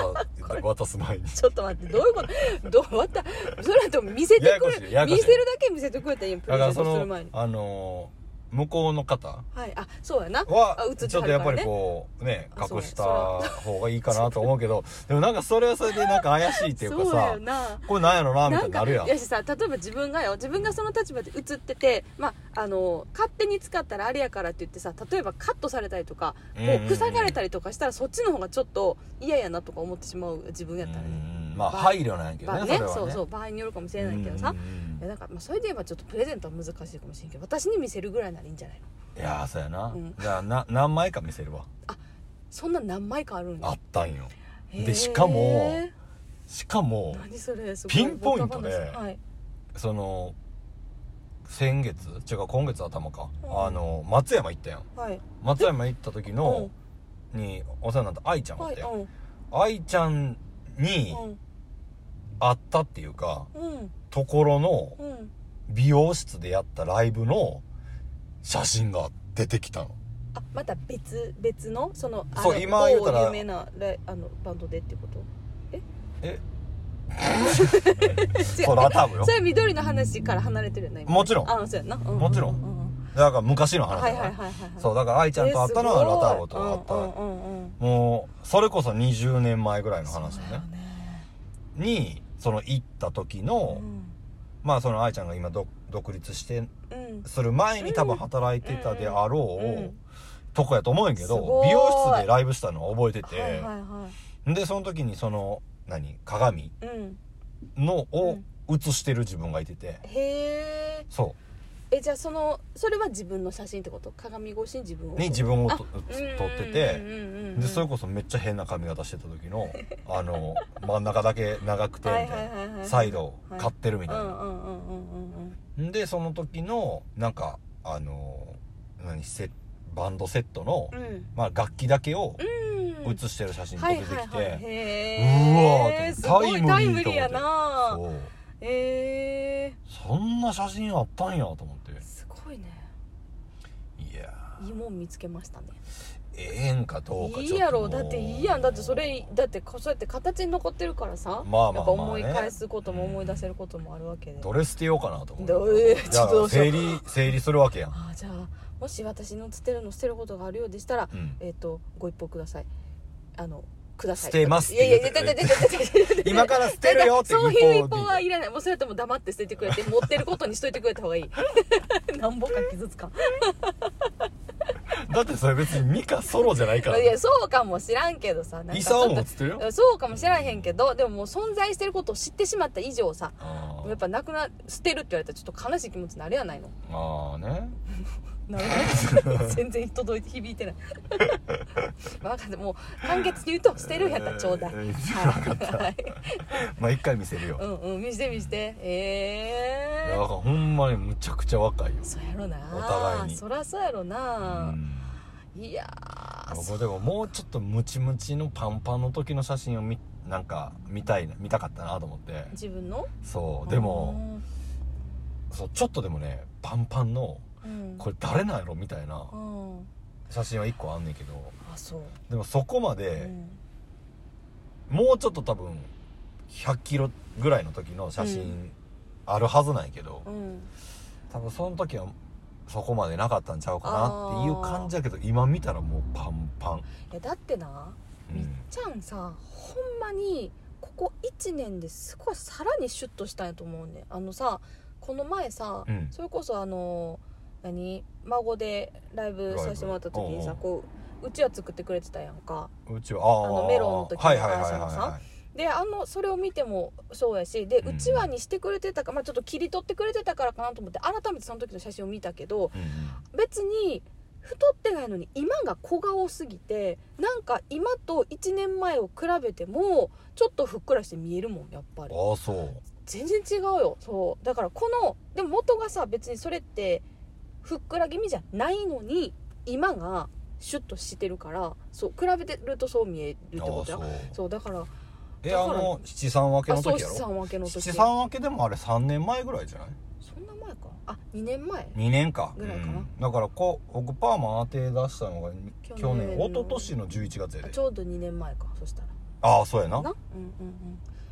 A: 渡す前に
B: ちょっと待ってどういうこと どうまたそれだと見せて
A: やや
B: く
A: こ
B: れ
A: しいややこしい
B: 見せるだけ見せてくれたらいいプ
A: だ
B: レ
A: から
B: ゼ
A: そ
B: ントする
A: の
B: 前に
A: あのー向こうの方
B: はいあそうやな
A: は
B: あ映ってはるからね
A: ちょっとやっぱりこうね
B: あそう
A: 隠
B: ね
A: した方がいいかなと思うけどでもなんかそれはそれでなんか怪しいっていうか
B: そうや
A: さ
B: な
A: これなんやろなみた
B: ないん
A: にな
B: か
A: るやん
B: いやしさ例えば自分がよ自分がその立場で映っててまああの勝手に使ったらあれやからって言ってさ例えばカットされたりとかこ
A: うんうんう
B: うん塞がれたりとかしたらそっちの方がちょっと嫌やなとか思ってしまう自分やったらね
A: うんまあ配慮なんやけど
B: まあ
A: ね
B: ね
A: それはね
B: そうそう場合によるかもしれないけどさ
A: うんうん
B: いやだからまあそれで言えばちょっとプレゼントは難しいかもしれんけど私に見せるぐらいならいいんじゃないの
A: いやーそうやな、
B: うん
A: じゃあな何枚か見せるわ
B: そんな何枚かあるん
A: あ
B: や
A: ったんよ
B: へー
A: でしかもしかも
B: 何それすごい
A: ピンポイントで
B: バカ話はい
A: その先月違う今月頭か、
B: うん
A: あの松山行ったやん
B: はい
A: 松山行った時の、にお世話になった愛ちゃんおっ
B: はい
A: て、愛ちゃんに会ったっていうか、
B: うんうん
A: ところの
B: うんうん
A: 美容室でやったライブの写真が出てきたの
B: あまた別別のそのあ
A: そう
B: の
A: 今言うたら
B: 某有名なライあのバンドでってこと違う
A: そら多分よ
B: それは緑の話から離れてるよね今
A: もちろん
B: あそうやな、ううう
A: もちろん
B: うう
A: だから昔の
B: う
A: 話
B: は
A: だ
B: い
A: か
B: はいはい
A: ら
B: はいはい
A: そううだから愛ちゃんと会ったのはラターボと会った、
B: うんうんうんうん
A: もうそれこそ20年前ぐらいの話
B: そ
A: だね
B: うだよ
A: にその行った時
B: う
A: の、
B: ん
A: まあその愛ちゃんが今ど独立して
B: うん
A: する前に多分働いてたであろう、
B: うんうん
A: とこやと思うんやけ
B: す
A: ど
B: ごい
A: 美容室でライブしたのは覚えてて、
B: はいはいは
A: でその時にその何鏡
B: いうん
A: の
B: う
A: を
B: ん
A: 映してる自分がいてて、
B: へ
A: そ
B: ーえじゃあそのそれは自分の写真ってこと鏡越しに自分を
A: うに自分をと
B: う
A: 撮
B: んうんうんうん
A: ってて。でそれこそめっちゃ変な髪型してた時のあの真ん中だけ長くてみたいな、
B: はいはいはいはい
A: サイド買ってるみたいな、
B: うんうんうんうんうんうん
A: でその時のなんかあの何セバンドセットの、
B: うん
A: まあ、楽器だけを
B: うん
A: 写してる写真が
B: は
A: 出
B: い
A: てきて、
B: はいはいへー
A: うわーと思って
B: すごいタイムリーやな
A: そう
B: へえ
A: そんな写真あったんやと思って
B: すごいね
A: いや
B: いいもん見つけましたね
A: ーええんかどうか
B: い
A: ちょっと
B: いや
A: も
B: ろ
A: う
B: だっていいやんだってそれだってこそうやって形に残ってるからさ
A: まあ
B: や
A: まあ
B: っぱ
A: まあ、
B: 思
A: ね、
B: い返すことも思い出せることもあるわけで
A: どれ捨てようかなと思って
B: どれ
A: だから
B: ちょっとどうしよう
A: 整理整理するわけやん、
B: ああじゃあも し私の捨てるの捨てることがあるようでしたら
A: うん、
B: えっ、とご一報くださいあのください
A: 捨てます
B: いやいやいやいやいやいやいやいや
A: 今から捨てるよって
B: そういう
A: 一
B: 一報
A: 報
B: は
A: で
B: いらないもうそれとも黙って捨ててくれて持ってることにしといてくれた方がいいなんぼか傷つかん
A: だってそれ別にミカソロじゃないから
B: いやそうかもしらんけどさなんか
A: イ
B: ち
A: サオ
B: ょ
A: も
B: っ
A: 捨てるよ
B: とそうかもしらへんけどでももう存在してることを知ってしまった以上さ
A: あ
B: やっぱなくな捨てるって言われたらちょっと悲しい気持ちになるやな いの
A: ーあーね
B: なる全然届いて 響いてないわかったもう簡潔に言うと捨てるんやったらちょうだい、
A: えー
B: はいはい
A: まあ一回見せるよ、
B: うんうん見して見してえ
A: いやだ
B: え
A: からほんまにむちゃくちゃ若いよ、
B: そうやろな
A: お互いに
B: そらそうやろ
A: う
B: な、
A: ん
B: いやー
A: 僕でももうちょっとムチムチのパンパンの時の写真をみなんか見たいな見たかったなと思って
B: 自分の
A: そうでも、そうちょっとでもねパンパンの
B: うん、
A: これ誰なんやろみたいな
B: うん
A: 写真は1個あんねんけど
B: あそう、
A: でもそこま
B: う
A: で、
B: ん
A: もうちょっと多分100キロぐらいの時の写真あるはずなんやけど、
B: うん
A: 多分その時はそこまでなかったんちゃうかなっていう感じやけど今見たらもうパンパン、
B: いやだってな、
A: うん
B: みっちゃんさほんまにここ1年ですごいさらにシュッとしたんやと思うねんあのさこの前さ、
A: うん
B: それこそあの何孫でライブさせてもらった時に
A: ライ
B: さ
A: ブ
B: こううちは作ってくれてたやんか
A: うちはあー
B: あのメロンの時の
A: はいはいはいはい
B: あの
A: は
B: さであのそれを見てもそうやしで
A: うん
B: うちわにしてくれてたか、まあ、ちょっと切り取ってくれてたからかなと思って改めてその時の写真を見たけど
A: い、うんうん
B: 別に太ってないのに今が小顔すぎてなんか今と1年前を比べてもちょっとふっくらして見えるもんやっぱり
A: ああそう
B: 全然違うよそうだからこのでも元がさ別にそれってふっくら気味じゃないのに今がシュッとしてるからそう比べてるとそう見えるって
A: あ
B: こ
A: あ
B: と
A: そ
B: や
A: う
B: そうだから
A: え
B: だ
A: あ
B: から
A: の七三分けの
B: あそう
A: 時や
B: 資
A: ろ
B: 産分けの時
A: 七三分けでもあれ3年前ぐらいじゃない
B: そんな前かあ2年前
A: 2年か
B: ぐらいかな
A: うんだからこう僕パーマ当て出したのが
B: 去年
A: 去年
B: の
A: 一昨年の11月や
B: あ
A: で
B: ちょうど2年前かそしたら
A: ああそうやな
B: なうんうんうん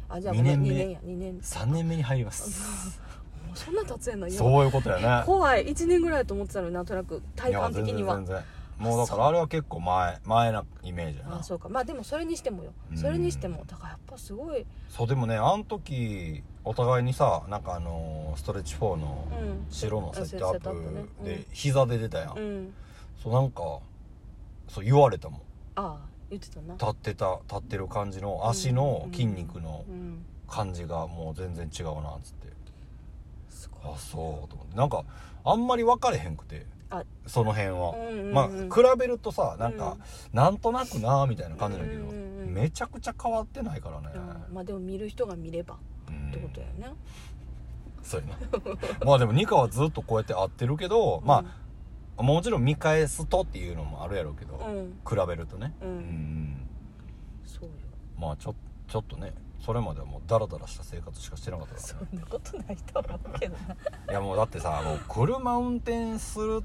B: あじゃあ
A: 二年目
B: 2年や2年
A: 3年目に入ります
B: もう そんな経つやんないや
A: そういうことやね
B: 怖い1年ぐらいと思ってたのになんとなく体感的に
A: いや
B: は
A: 全然全然もうだからあれは結構前前なイメージや
B: あ
A: な
B: そうかまあでもそれにしてもよ
A: うん
B: それにしてもだからやっぱすごい
A: そうでもねあの時お互いにさなんかあのーストレッチ4の
B: うん
A: 白のセットアッ
B: あそうセットアップね
A: プ
B: うん
A: で膝で出たやん
B: うん
A: そうなんかそう言われたもん
B: ああ言ってたな
A: 立ってた立ってる感じの足の筋肉の
B: うん
A: 感じがもう全然違うなっつって
B: すごい
A: あそうと思ってなんかあんまり分かれへんくて
B: あ
A: その辺は、
B: うんうんうん
A: まあ比べるとさなんか、なんとなくなみたいな感じだけど、
B: うんうんうん
A: めちゃくちゃ変わってないからね、
B: うんまあでも見る人が見れば
A: うん
B: ってことやね
A: そうやなまあでもニカはずっとこうやって会ってるけど、まあもちろん見返すとっていうのもあるやろうけど、
B: うん
A: 比べるとね、
B: う
A: うん
B: んそうよ
A: うんまあちょちょっとねそれまではもうダラダラした生活しかしてなかったから
B: そんなことないと思うけどな
A: いやもうだってさもう車運転する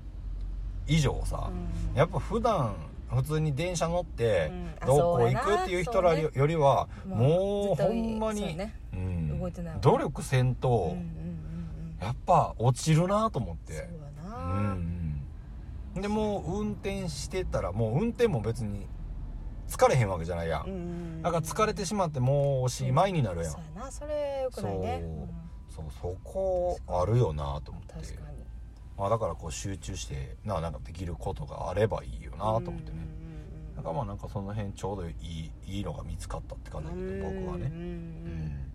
A: 以上さ、
B: うん
A: やっぱ普段普通に電車乗って
B: うんあ
A: どこ行
B: そうや
A: く
B: な
A: っていう人らよよりは
B: まあ
A: もう
B: 絶対
A: ほんま
B: そう
A: に、
B: ね
A: うん
B: 動いてないわ
A: 努力せん
B: うんうん
A: と
B: うんうん
A: やっぱ落ちるなと思って
B: そうや
A: う
B: なん
A: うんでもう運転してたらもう運転も別に疲れへんわけじゃないやん、だから疲れて
B: し
A: しまってもうおしまいにな
B: ま
A: るやん、
B: そうやなそれよくないね
A: そう
B: うん
A: そうそこあるよなと思って
B: 確かに
A: まあ、だからこう集中してななんかできることがあればいいよなと思ってね、
B: うん
A: なんかまあなんかその辺ちょうどいいいいのが見つかったって感じだけど僕は
B: う
A: ね、う
B: んうんうん
A: ん、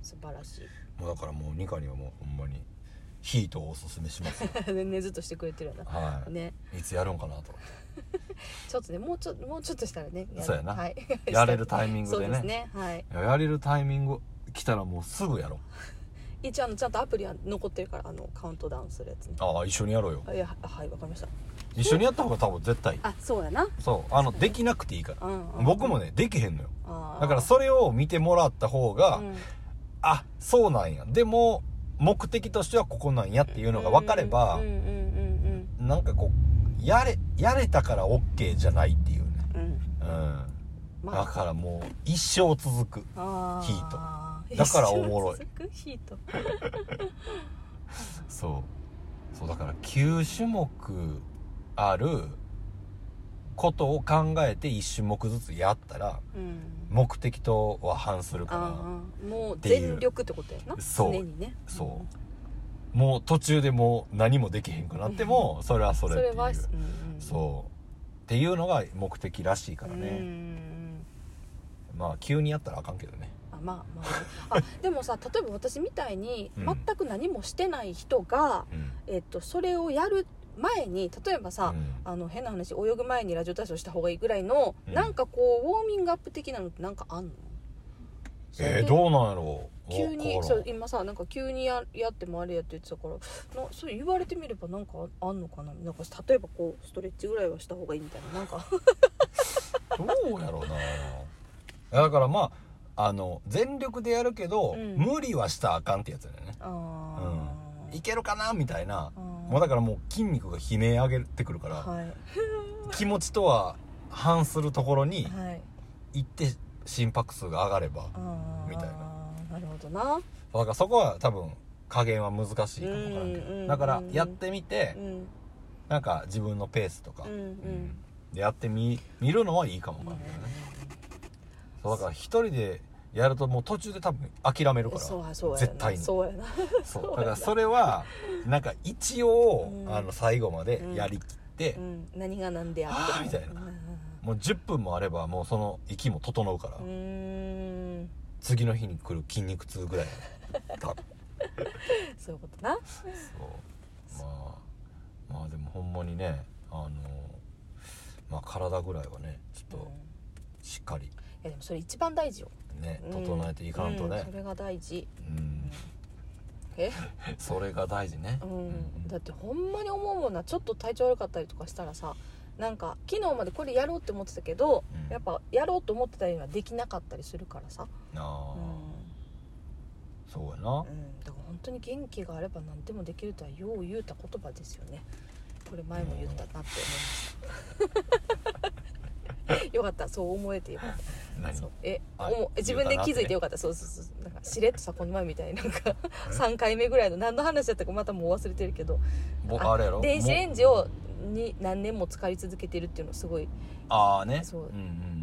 B: 素晴らしい
A: もうだからもうニカにはもうほんまにヒートをおすすめしますよ
B: ねずっとしてくれてるよな
A: は
B: ね
A: いいつやるんかなと思っ
B: ちょっとねもうちょもうちょっとしたらねる
A: そうやな
B: はい
A: て やれるタイミング
B: そう
A: で
B: で
A: ね
B: すねはい
A: いややれるタイミング来たらもうすぐやろう
B: 一応あのちゃんとアプリは残ってるからあのカウントダウンするやつね
A: ああ一緒にやろうよ
B: あいやははいわかりました
A: 一緒にやった方が多分絶対いい
B: あそうやな
A: そうあのできなくていいから
B: うんうん
A: 僕もねできへんのよ
B: あー
A: だからそれを見てもらった方が、
B: うん
A: あそうなんやでも目的としてはここなんやっていうのが分かれば、
B: うんうんうん
A: なんかこうやれやれたから OK じゃないっていうね、
B: うんうんうん
A: うん
B: ま
A: だからもう一生続く
B: あ
A: ヒ
B: ー
A: だからおもろい
B: 一生続くヒート
A: そうそうだから9種目あることを考えて一種目ずつやったら
B: うん
A: 目的とは反するか
B: あ
A: ら
B: あもう全力ってことやな
A: そう
B: 常にね
A: そ
B: ん
A: うもう途中でもう何もできへんくなってもそれはそ
B: そ
A: れ
B: れ
A: っていう
B: はうんうん
A: そうっていうのが目的らしいから
B: うんうん
A: ね
B: うん
A: まあ急にやったらあかんけどね
B: あまあまあ ねあでもさ例えば私みたいに
A: うん
B: 全く何もしてない人が、
A: うん
B: えっとそれをやる前に例えばさ、
A: うん
B: あの変な話泳ぐ前にラジオ体操した方がいいぐらいの、
A: うん
B: なんかこうウォーミングアップ的なのってなんかあんの
A: えー
B: う
A: どうなんやろう
B: 急に
A: わからん
B: そう今さなんか急にややってもあれやって言ってたからなそう言われてみればなんかああんのかななんか例えばこうストレッチぐらいはした方がいいみたいなな んか
A: どうやろうないやだからまああの全力でやるけど、
B: うん
A: 無理はしたらあかんってやつだよね
B: あー
A: いけるかなみたいな
B: あー
A: もうだからもう筋肉が悲鳴上げてくるから、
B: はい
A: 気持ちとは反するところに
B: はい
A: 行って心拍数が上がれば、
B: あー
A: みたいな
B: なるほどな
A: だからそこは多分加減は難しいかもわからんけど、
B: うんうんうん
A: だからやってみて、
B: うん
A: なんか自分のペースとか、
B: うんうん
A: でやってみ見るのはいいかもわからんけどね、そうだから一人でやるともう途中で多分諦めるから
B: そうやそうやな
A: 絶対に
B: そうやな
A: そうだからそれはなんか一応、
B: うん
A: あの最後までやりきって、
B: うん、何が何であ
A: あー
B: っ
A: み
B: て
A: た
B: も
A: いなもう10分もあればもうその息も整うから、
B: うんうんうん
A: 次の日に来る筋肉痛ぐらいだ
B: そういうことな
A: そうまあまあでもほんまにねあのまあ体ぐらいはねちょっ
B: うんい
A: としっかり
B: やでもそれ一番大事よ
A: ね
B: うん
A: 整えていかんと
B: うん
A: ね
B: それが大事
A: うん、
B: え
A: それが大事ね、
B: うん、
A: うん
B: だってほんまに思うもんなちょっと体調悪かったりとかしたらさなんか昨日までこれやろうって思ってたけど、
A: うん
B: やっぱやろうと思ってたよりはできなかったりするからさ、
A: あ
B: う
A: あ、
B: ん
A: そうやな
B: うん、だから本当に元気があれば何でもできるとはよう言うた言葉ですよねこれ前も言ったなって思いま したよかったそう思えてよかった
A: 何
B: そうえ
A: あ
B: おも自分で気づいてよかったそうそうそうなんかしれっとさこの前みたいになん か3回目ぐらいの何の話だったかまたもう忘れてるけど
A: 僕あれやろ
B: 電子レ
A: もう
B: ンジをに何年も使い続けてるっていうのをすごい
A: ああね
B: そうん
A: ん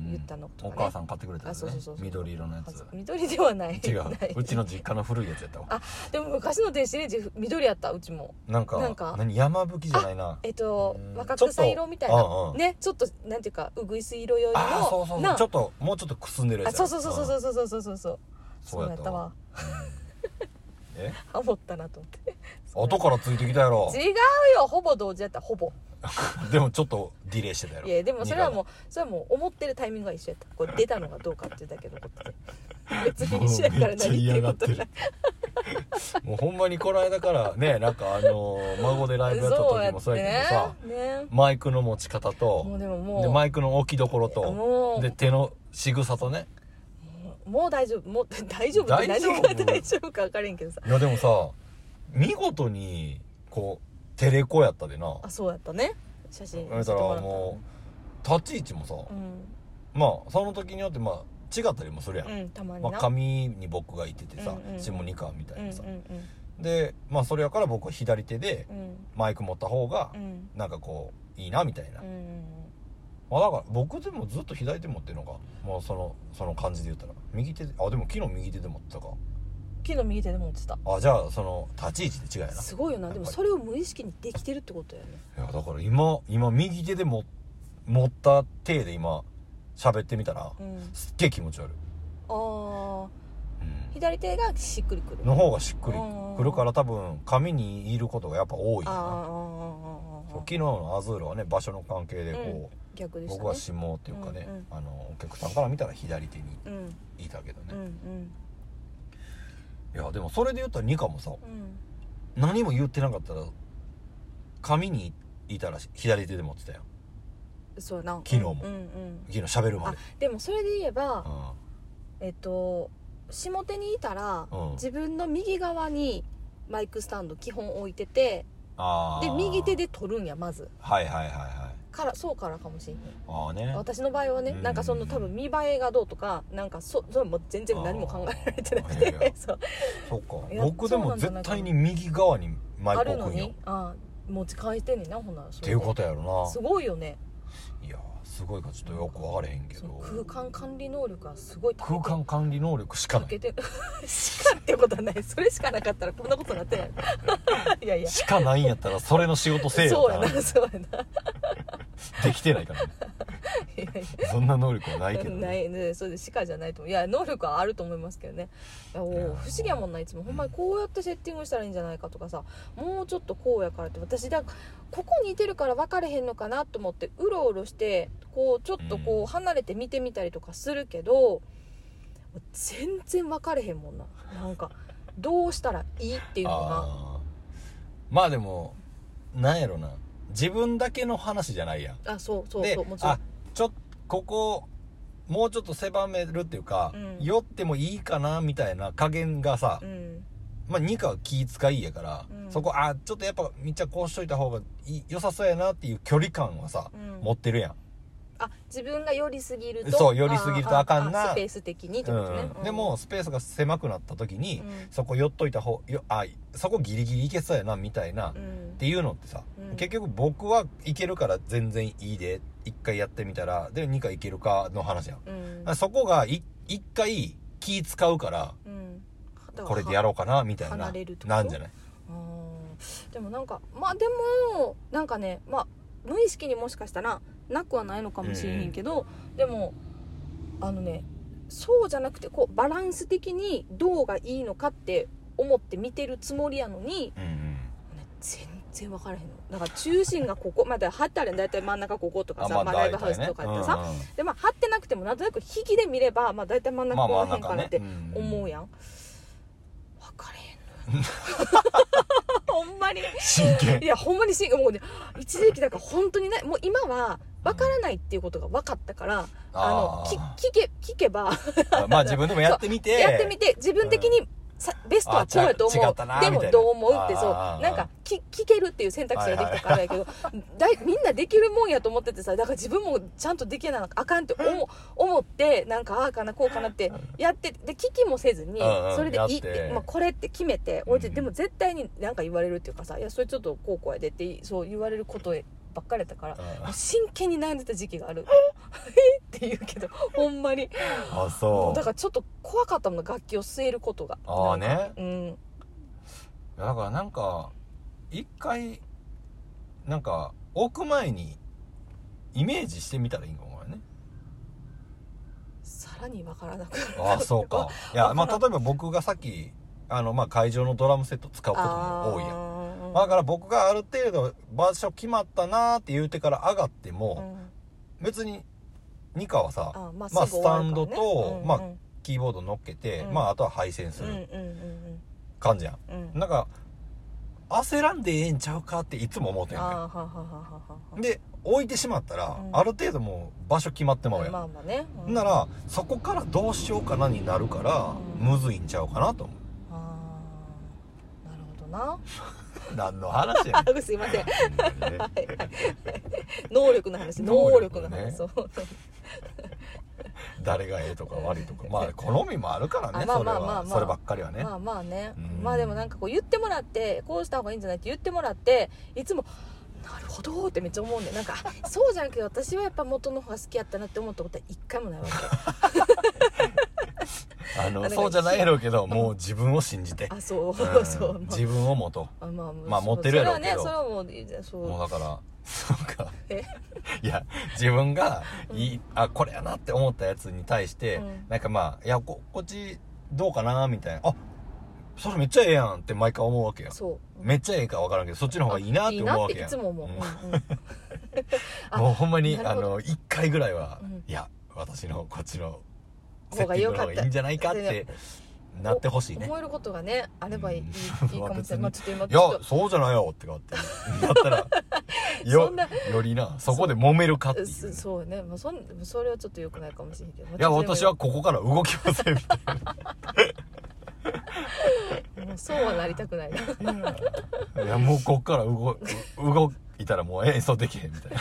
A: ん
B: 言ったの
A: お
B: とかね
A: 母さん買ってくれたや
B: あ
A: つ
B: そう
A: ね
B: そうそうそう
A: 緑色のやつ
B: 緑ではない
A: 違
B: な
A: う
B: いう
A: ちの実家の古いやつやったわ
B: あでも昔の電子レンジ緑やったうちも
A: なんか
B: なんか
A: 何山吹きじゃないな
B: えっと
A: うん
B: 若草色みたいな
A: ちょっとうんうん
B: ねちょっとなんていうかうぐいす色より
A: あ
B: の
A: ーそうそうそ
B: な
A: うちょっともうちょっとくすんでるや
B: あ
A: つ
B: そうそうそうそううそうそうそうそうそう
A: そうやったわ うんえ
B: ハモったなと思って
A: 後からついてきたやろ
B: 違うよほぼ同時やったほぼ
A: でもちょっとディレイしてたやろ
B: いやでもそれはもうそれはもう思ってるタイミングが一緒やったこれ出たのがどうかっていうだけのこ とで別に一緒やから何っていうこと
A: もうめっちゃ嫌が
B: ない
A: 苦いもうほんまにこの間からねなんかあのー孫でライブやった
B: そうや
A: 時
B: っ
A: も
B: て
A: そうやけど
B: ね
A: さ
B: ね
A: マイクの持ち方
B: もう
A: と
B: でも
A: で
B: も
A: マイクの置きどころ
B: う
A: と
B: も
A: で手の仕草とね
B: うもう大丈夫もう大丈夫って
A: 大丈
B: 何
A: 夫
B: が大丈夫か分からへんけどさ
A: いやでもさ見事にこうテレコやったでな
B: あそうやったね写真
A: だからもう立ち位置もさ、
B: うん
A: まあその時によってまあ違ったりもするやん、
B: うんたまに
A: ま
B: な
A: あ、紙に僕がいててさ、
B: うんうん
A: 下2巻みた
B: う
A: い
B: んうん
A: なさ、
B: うん
A: でまあそれやから僕は左手で
B: うん
A: マイク持った方が
B: うん
A: なんかこういいなみたいな、
B: うん
A: まあだから僕でもずっと左手持ってるのがもうそのその感じで言ったら右手であでも昨日右手で持ってたか
B: 昨日右手で持ってた
A: あじゃあその立ち位置で違いやな
B: すごいよなでもそれを無意識にできてるってことやね
A: いやだから今今右手でも持った手で今喋ってみたら
B: うん
A: すっげえ気持ち悪い、
B: ああ
A: う
B: 左手がしっくりくる
A: ん、の方がしっくり
B: うん
A: くるから多分紙にいることがやっぱ多いよ
B: あーあ
A: な
B: ーあーあーあー
A: そう昨日のアズールはね場所の関係でこう、
B: 逆でしたね
A: 僕は下っていうかね、
B: うんうん
A: あのお客さんから見たら左手に
B: うん
A: いたけど
B: う
A: ね、
B: ん
A: いやでもそれで言ったらニカもさ
B: うんうん
A: 何も言ってなかったら紙にいたら左手で持ってたよ
B: そうやな
A: 昨日も
B: うんうん
A: 昨日喋るま
B: あ
A: で
B: でもそれで言えば
A: あ
B: えっと下手にいたら
A: うん
B: 自分の右側にマイクスタンド基本置いてて
A: あ
B: で
A: ー
B: 右手で取るんやまず
A: はいはいはいはい
B: からそうからかもしれない
A: ああね
B: 私の場合はね
A: うん
B: なんかその多分見栄えがどうとかなんかそそれも全然何も考えられてなく
A: あーいやい
B: て
A: や
B: そう
A: そっか
B: いや
A: 僕で
B: そうな
A: も
B: んじゃ
A: 絶
B: ないかな
A: 対に右側にマイ
B: あ
A: ク
B: る
A: 置
B: の
A: くんよ
B: にあー持ち帰ってんねんなほんならっ
A: っていうことやろ
B: すごいよね
A: ないやーすごいかちょっとよく分からへんけ
B: その
A: ど
B: 空間管理能力がすごい高い
A: 空間管理能力しかな
B: か
A: い
B: けて しかってことはないそれしかなかったらこんなことなってない いやいや
A: しかないんやったらそれの仕事せえよ
B: そうや
A: な
B: なそうやな
A: できてないからね
B: いやいや
A: そんな能力はないけど、
B: な
A: ね、
B: いねそれでしかじゃないと思ういや能力はあると思いますけどねいやおー
A: いや
B: 不思議やもんないつもほんまにこうやってセッティングしたらいいんじゃないかとかさもうちょっとこうやからって私だここ似てるから分かれへんのかなと思ってうろうろしてこうちょっとこ
A: う
B: うん離れて見てみたりとかするけど、全然分かれへんもんななんかどうしたらいいっていうのが
A: あーまあでもなんやろな自分だけの話じゃないやん
B: あそうそう
A: で
B: そうもちろん
A: あちょっとここもうちょっと狭めるっていうか、
B: うん
A: 酔ってもいいかなみたいな加減がさ、
B: うん
A: まあ2課は気使いやから、
B: うん
A: そこあちょっとやっぱみっちゃんこうしといた方がいい良さそうやなっていう距離感はさ、
B: うん
A: 持ってるやん
B: あ自分が寄りすぎると
A: そう寄りすぎるとあかんな
B: スペース的にってことね、
A: うんでもスペースが狭くなった時に、
B: うん
A: そこ寄っといた方よあそこギリギリいけそうやなみたいな、
B: う
A: っ
B: ん
A: ていうのってさ、
B: うん
A: 結局僕はいけるから全然いいで1回やってみたらで2回いけるかの話やん、
B: うん
A: あそこが1回気使うから
B: うん
A: これでやろうかなみたいな
B: 離れるってこと
A: なんじゃない
B: うんでもなんかまあでもなんかねまあ無意識にもしかしたらなくはないのかもしれへんけど、でもあのねそうじゃなくてこうバランス的にどうがいいのかって思って見てるつもりやのに
A: うんうん
B: 全然分からへんのだから中心がここまあだ張ってあるんだいたい真ん中こことかさまあ、ライブハウスとかやってさ、
A: うんうん
B: でまあ張ってなくてもなんとなく引きで見ればまあだいたい真ん中
A: まあ
B: こ
A: ま
B: の
A: あなん
B: 辺か
A: か
B: な
A: ね
B: って
A: ん
B: 思うやん、分かれへんのよ ほんまに
A: 真剣
B: いやほんまにしもうね一時期だから本当にないもう今は分からないっていうことが分かったから あの
A: あ
B: き聞け聞けば
A: ー まあ自分でもやってみて
B: やってみて自分的にさベストはこうやと思
A: あ違う違
B: う
A: ったな
B: で
A: みたいな
B: もどう思うってそう
A: あー
B: なんかき聞けるっていう選択肢ができたからやけど、 だいみんなできるもんやと思っててさだから自分もちゃんとできなあかんって思思ってなんかああかなこうかなってやってで聞きもせずに
A: うんうん
B: それでいいって
A: やって
B: まあ、これって決めて俺って
A: うん
B: でも絶対になんか言われるっていうかさ「いやそれちょっとこうこうやで」ってそう言われることばっかりだから。もう真剣に悩んでた時期が ある えって言うけどほんまに
A: ああ
B: も
A: そう
B: だからちょっと怖かったもん楽器を据えることが
A: ああね
B: うん
A: いやだからなんか一回なんか置く前にイメージしてみたらいいんかもね
B: さらにわからなくなる
A: ああそうかいやまあ例えば僕がさっきあのまあ会場のドラムセット使うことも多いやん
B: ん
A: だから僕がある程度場所決まったなーって言うてから上がっても、別にニカはさ
B: あーまあ
A: まあ
B: すぐ終わるからね
A: スタンドと
B: うん
A: まあキーボード乗っけて、
B: うん
A: まああとは配線す
B: うんうん
A: る
B: うん
A: 感じやん、
B: うんうん
A: なんか焦らんでええんちゃうかっていつも思ってん
B: あー
A: ねん
B: ははははは
A: で置いてしまったら、
B: うん
A: ある程度もう場所決まってまうやん、
B: まあまあねうん
A: ならそこからどうしようかなになるから、
B: うん
A: むずいんちゃうかなと思
B: あーなるほどな
A: う何の話やね
B: あすいま せん
A: んほんまにね
B: 能力の話能
A: 能
B: 力
A: 力
B: の
A: の
B: 話
A: ね
B: そう
A: 誰がええとか悪いとかまあ好みもあるからね
B: あまあ
A: それ
B: まあまあ
A: は
B: まあ
A: そればっかりはね、
B: まあまあね
A: うん
B: まあでもなんかこう言ってもらってこうした方がいいんじゃないって言ってもらっていつもなるほどってめっちゃ思うんだよなんか あそうじゃなくて私はやっぱ元の方が好きやったなって思ったことは一回も ないわけ
A: あの
B: あだから
A: そうじゃないやろうけどもう自分を信じて、
B: あそう、
A: うん
B: そう、まあ
A: 自分をもと
B: あまあ、ま
A: まあ持ってるやろうけど
B: それはねそれはもういいじゃんそう
A: もうだからそうか
B: え
A: いや自分がいい、あこれやなって思ったやつに対して、
B: うん
A: なんかまあいやここっちどうかなみたいなあそれめっちゃええやんって毎回思うわけよ
B: そう
A: めっちゃええか分からんけどそっちの方がいいなって
B: いい
A: 思う
B: なっ
A: わ
B: て
A: け
B: い
A: やん
B: つも思う、うんうんあ
A: もうほんまに
B: な
A: あ
B: るほど
A: の1回ぐらいは、
B: うん
A: いや私のこっちのセッ
B: 方が
A: ティン
B: 良
A: グの方
B: かった
A: がいいんじゃないかってなってほしいね
B: 思えることがねあればいい,、
A: うん
B: い いいいかもしれない、まあ、ちょっと今
A: い
B: ち
A: や
B: ょっ
A: そうじゃないよってかってなった ら
B: そ
A: よ
B: んな
A: よりなそこで揉めるかってい
B: と
A: う
B: そ
A: ね
B: そうね、まあ、そんそれはちょっと良くないかもしれないけど
A: いや私はここから動きませんみたい
B: もうそうはなりたくない な
A: ないやもうここから動う動いたらもう演奏できへんみたいな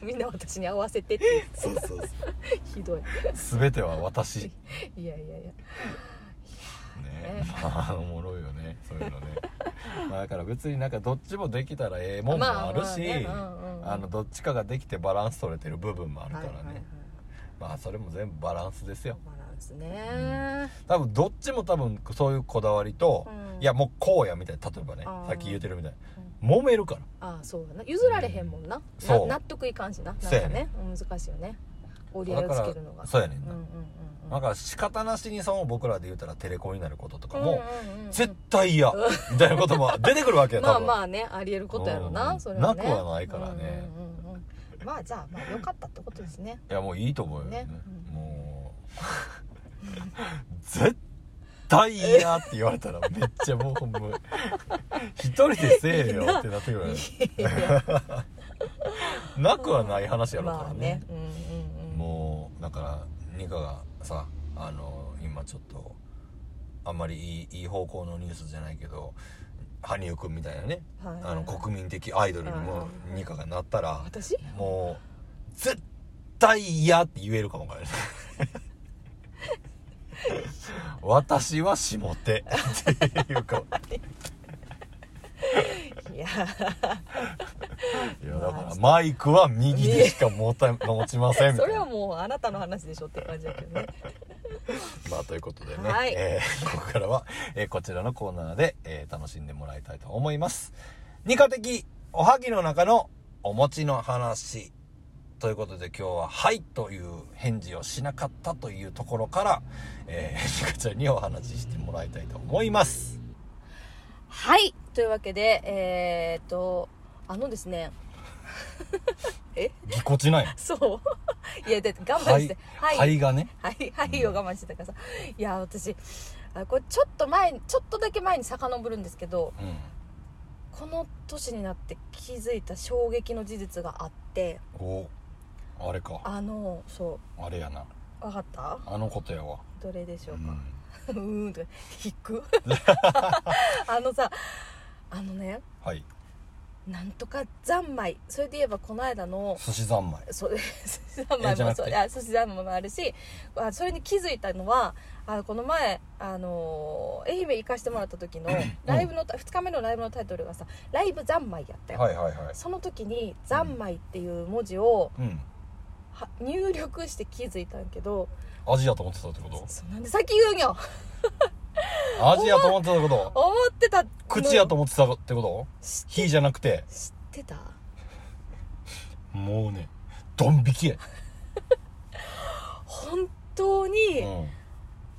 B: みんな私に合わせてって
A: そうそう
B: ひどい
A: そう全ては私ね
B: いやいやいや
A: まあおもろいよねそういうのねまあだから別になんかどっちもできたらええもんも
B: ま
A: あるし、
B: まあねうんうんうん
A: あのどっちかができてバランス取れてる部分もあるからね、
B: はいはいはい
A: まあそれも全部バランスですよ
B: バランスね、
A: 多分どっちも多分そういうこだわりと、
B: うん
A: いやもうこうやみたいな例えばね
B: あー
A: さっき言うてるみたいに揉めるから
B: ああそうやな譲られへんもんな
A: そう
B: な納得いかんしななんか
A: そうやね
B: ね難しいよね折り合
A: だ
B: いを
A: か
B: つ
A: ら
B: けるのが
A: そうやねん
B: うん
A: な、
B: うんうんうん
A: なんか仕方なしにその僕らで言うたらテレコになることとかも、
B: うんうんうんうん
A: 絶対嫌みたいなことも出てくるわけよ多
B: まあ
A: 分、
B: まあねありえることやろな、
A: うん
B: それはね
A: なくはないからね
B: うんうんうんうんまあじゃあまあ良かったってことですね
A: いやもういいと思うよね
B: ねうん
A: もう 絶対嫌って言われたらめっちゃもうほんま一人でせえよってなってくる よね
B: いやいや
A: なくはない話やろうか
B: ま
A: ら
B: あ
A: ね
B: ね,、、うんうんうん、
A: もうだからニカがさあの今ちょっとあんまりいいいい方向のニュースじゃないけど羽生くんみたいなね
B: はいはいはい
A: あの国民的アイドルにも
B: うん
A: ニカがなったら
B: 私
A: もう絶対嫌って言えるかもわからない私は下手っていうか
B: いや
A: いやだからマイクは右でしか持た持ちませんみ
B: そ
A: たい
B: れ
A: な
B: はもうあなたの話でしょって感じだけどね
A: まあということでね、
B: はい
A: えーこ こからは、えーこちらのコーナーで、えー楽しんでもらいたいと思います。二課的おはぎの中のお餅の話。ということで今日は「はい」という返事をしなかったというところから、えー、ニカちゃんにお話ししてもらいたいと思います。
B: はいというわけでえー、っとあのですね
A: ぎこちない。
B: そう いやだって我慢して
A: は、
B: はいい
A: は
B: はいい、
A: がね。
B: はいを我慢してたからさいや私あこれちょっと前にちょっとだけ前に遡るんですけど
A: うん。
B: この年になって気づいた衝撃の事実があって
A: おあれか。
B: あのそ
A: あれやな。
B: うわかった
A: あのことやわ。
B: どれでし
A: う
B: ょうか、
A: ん。
B: うーんとか引くあのさあのね
A: はい。
B: なんとか三昧それで言えばこの間の
A: 寿司三昧。
B: そう 寿司三
A: え
B: 昧
A: じゃな
B: も
A: くて
B: そうあ寿司三昧もあるしあそれに気づいたのはあこの前、あのー愛媛行かしてもらった時のライブの、二2日目のライブのタイトルがさ「ライブ三昧」やったよ、
A: はいはいはい。
B: その時に「三昧」っていう文字を
A: うん。
B: は入力して気づいたんやけど
A: アジアと思ってたってこと
B: そうなんで先言うんよ
A: アジやと思ってたってこと
B: 思ってたの
A: 口やと思ってたってこと
B: 知
A: 火じゃなくて
B: 知ってた
A: もうねドン引きや、
B: 本当に
A: うん、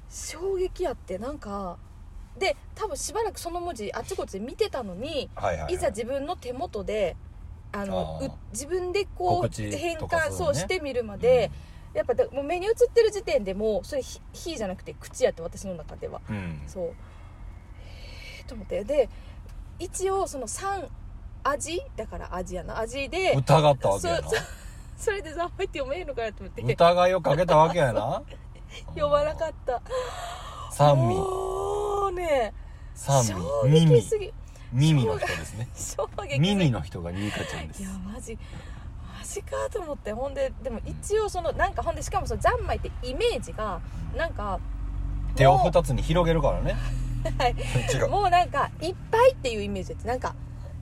B: 衝撃やってなんかで多分しばらくその文字あちこちで見てたのに
A: はいはい、はい、
B: いざ自分の手元であの
A: あー
B: う自分でこ
A: 告
B: う
A: 知
B: 変
A: とか
B: 換
A: そうね
B: そうしてみるまで、やっぱだもう目に映ってる時点でもうそれひ「ひ」じゃなくて「口」やって私の中では
A: うん、うん
B: そうえー、と思ってで一応その3味だから味やな味で
A: 疑ったわけやな
B: そうそれで「ざんまい」って読めへんのかなと思って
A: 疑いをかけたわけや な
B: 読まなかった
A: た三味
B: もうね
A: 三味
B: 衝撃
A: 耳
B: すぎ
A: 耳の人ですね
B: 衝撃すぎ
A: 耳の人がニーカちゃんで
B: い
A: す
B: やマジマジかと思ってほんででも一応そのなんかほんでしかもそのざんまいってイメージがなんか
A: 手を二つに広げるからね
B: はい
A: 違う
B: もうなんかいっぱいっていうイメージってなんか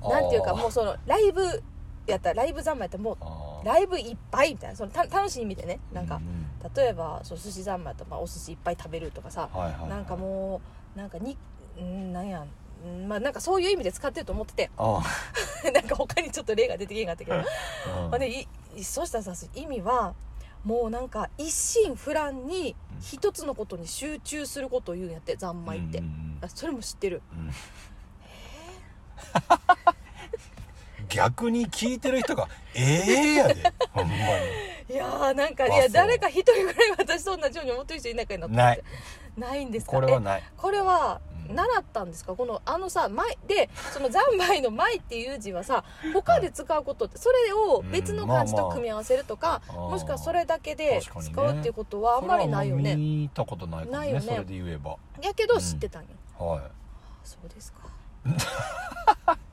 B: なんていうかもうそのライブやったらライブざんまいっても
A: あー
B: うライブいっぱいみたいなそのた楽しい意味でねなん
A: う
B: か例えばそう寿司ざんまいとかお寿司いっぱい食べるとかさ
A: はいはいはい
B: なんかもうなんかにんなんやんまあなんかそういう意味で使ってると思って て
A: あ
B: なんか他にちょっと例が出てけんかったけど
A: ー、うん
B: まあね、いそうしたらさ意味はもうなんか一心不乱に一つのことに集中することを言うんやって三昧って、
A: うんうん
B: あそれも知ってる
A: うんうん 逆に聞いてる人が「ええやでほんまに
B: いやーなんかい
A: あ
B: や
A: そう
B: 誰か一人ぐらい私と同じように思ってる人いないかいなと思
A: な
B: っ
A: い
B: てないんですか
A: これは
B: え
A: ない
B: これは
A: うん
B: 習ったんですかこのあのさ「舞」でその「三昧」の「舞」っていう字はさ他で使うことってそれを別の漢字
A: うんまあ
B: と
A: まあ
B: 組み合わせるとか、
A: あー
B: もしくはそれだけで
A: 確かにね
B: 使うっていうことはあんまりないよ
A: それはも
B: ね
A: う見たことないから
B: な
A: ね
B: いよね
A: それで言えば
B: やけど知ってたんよ、
A: は
B: そうですか。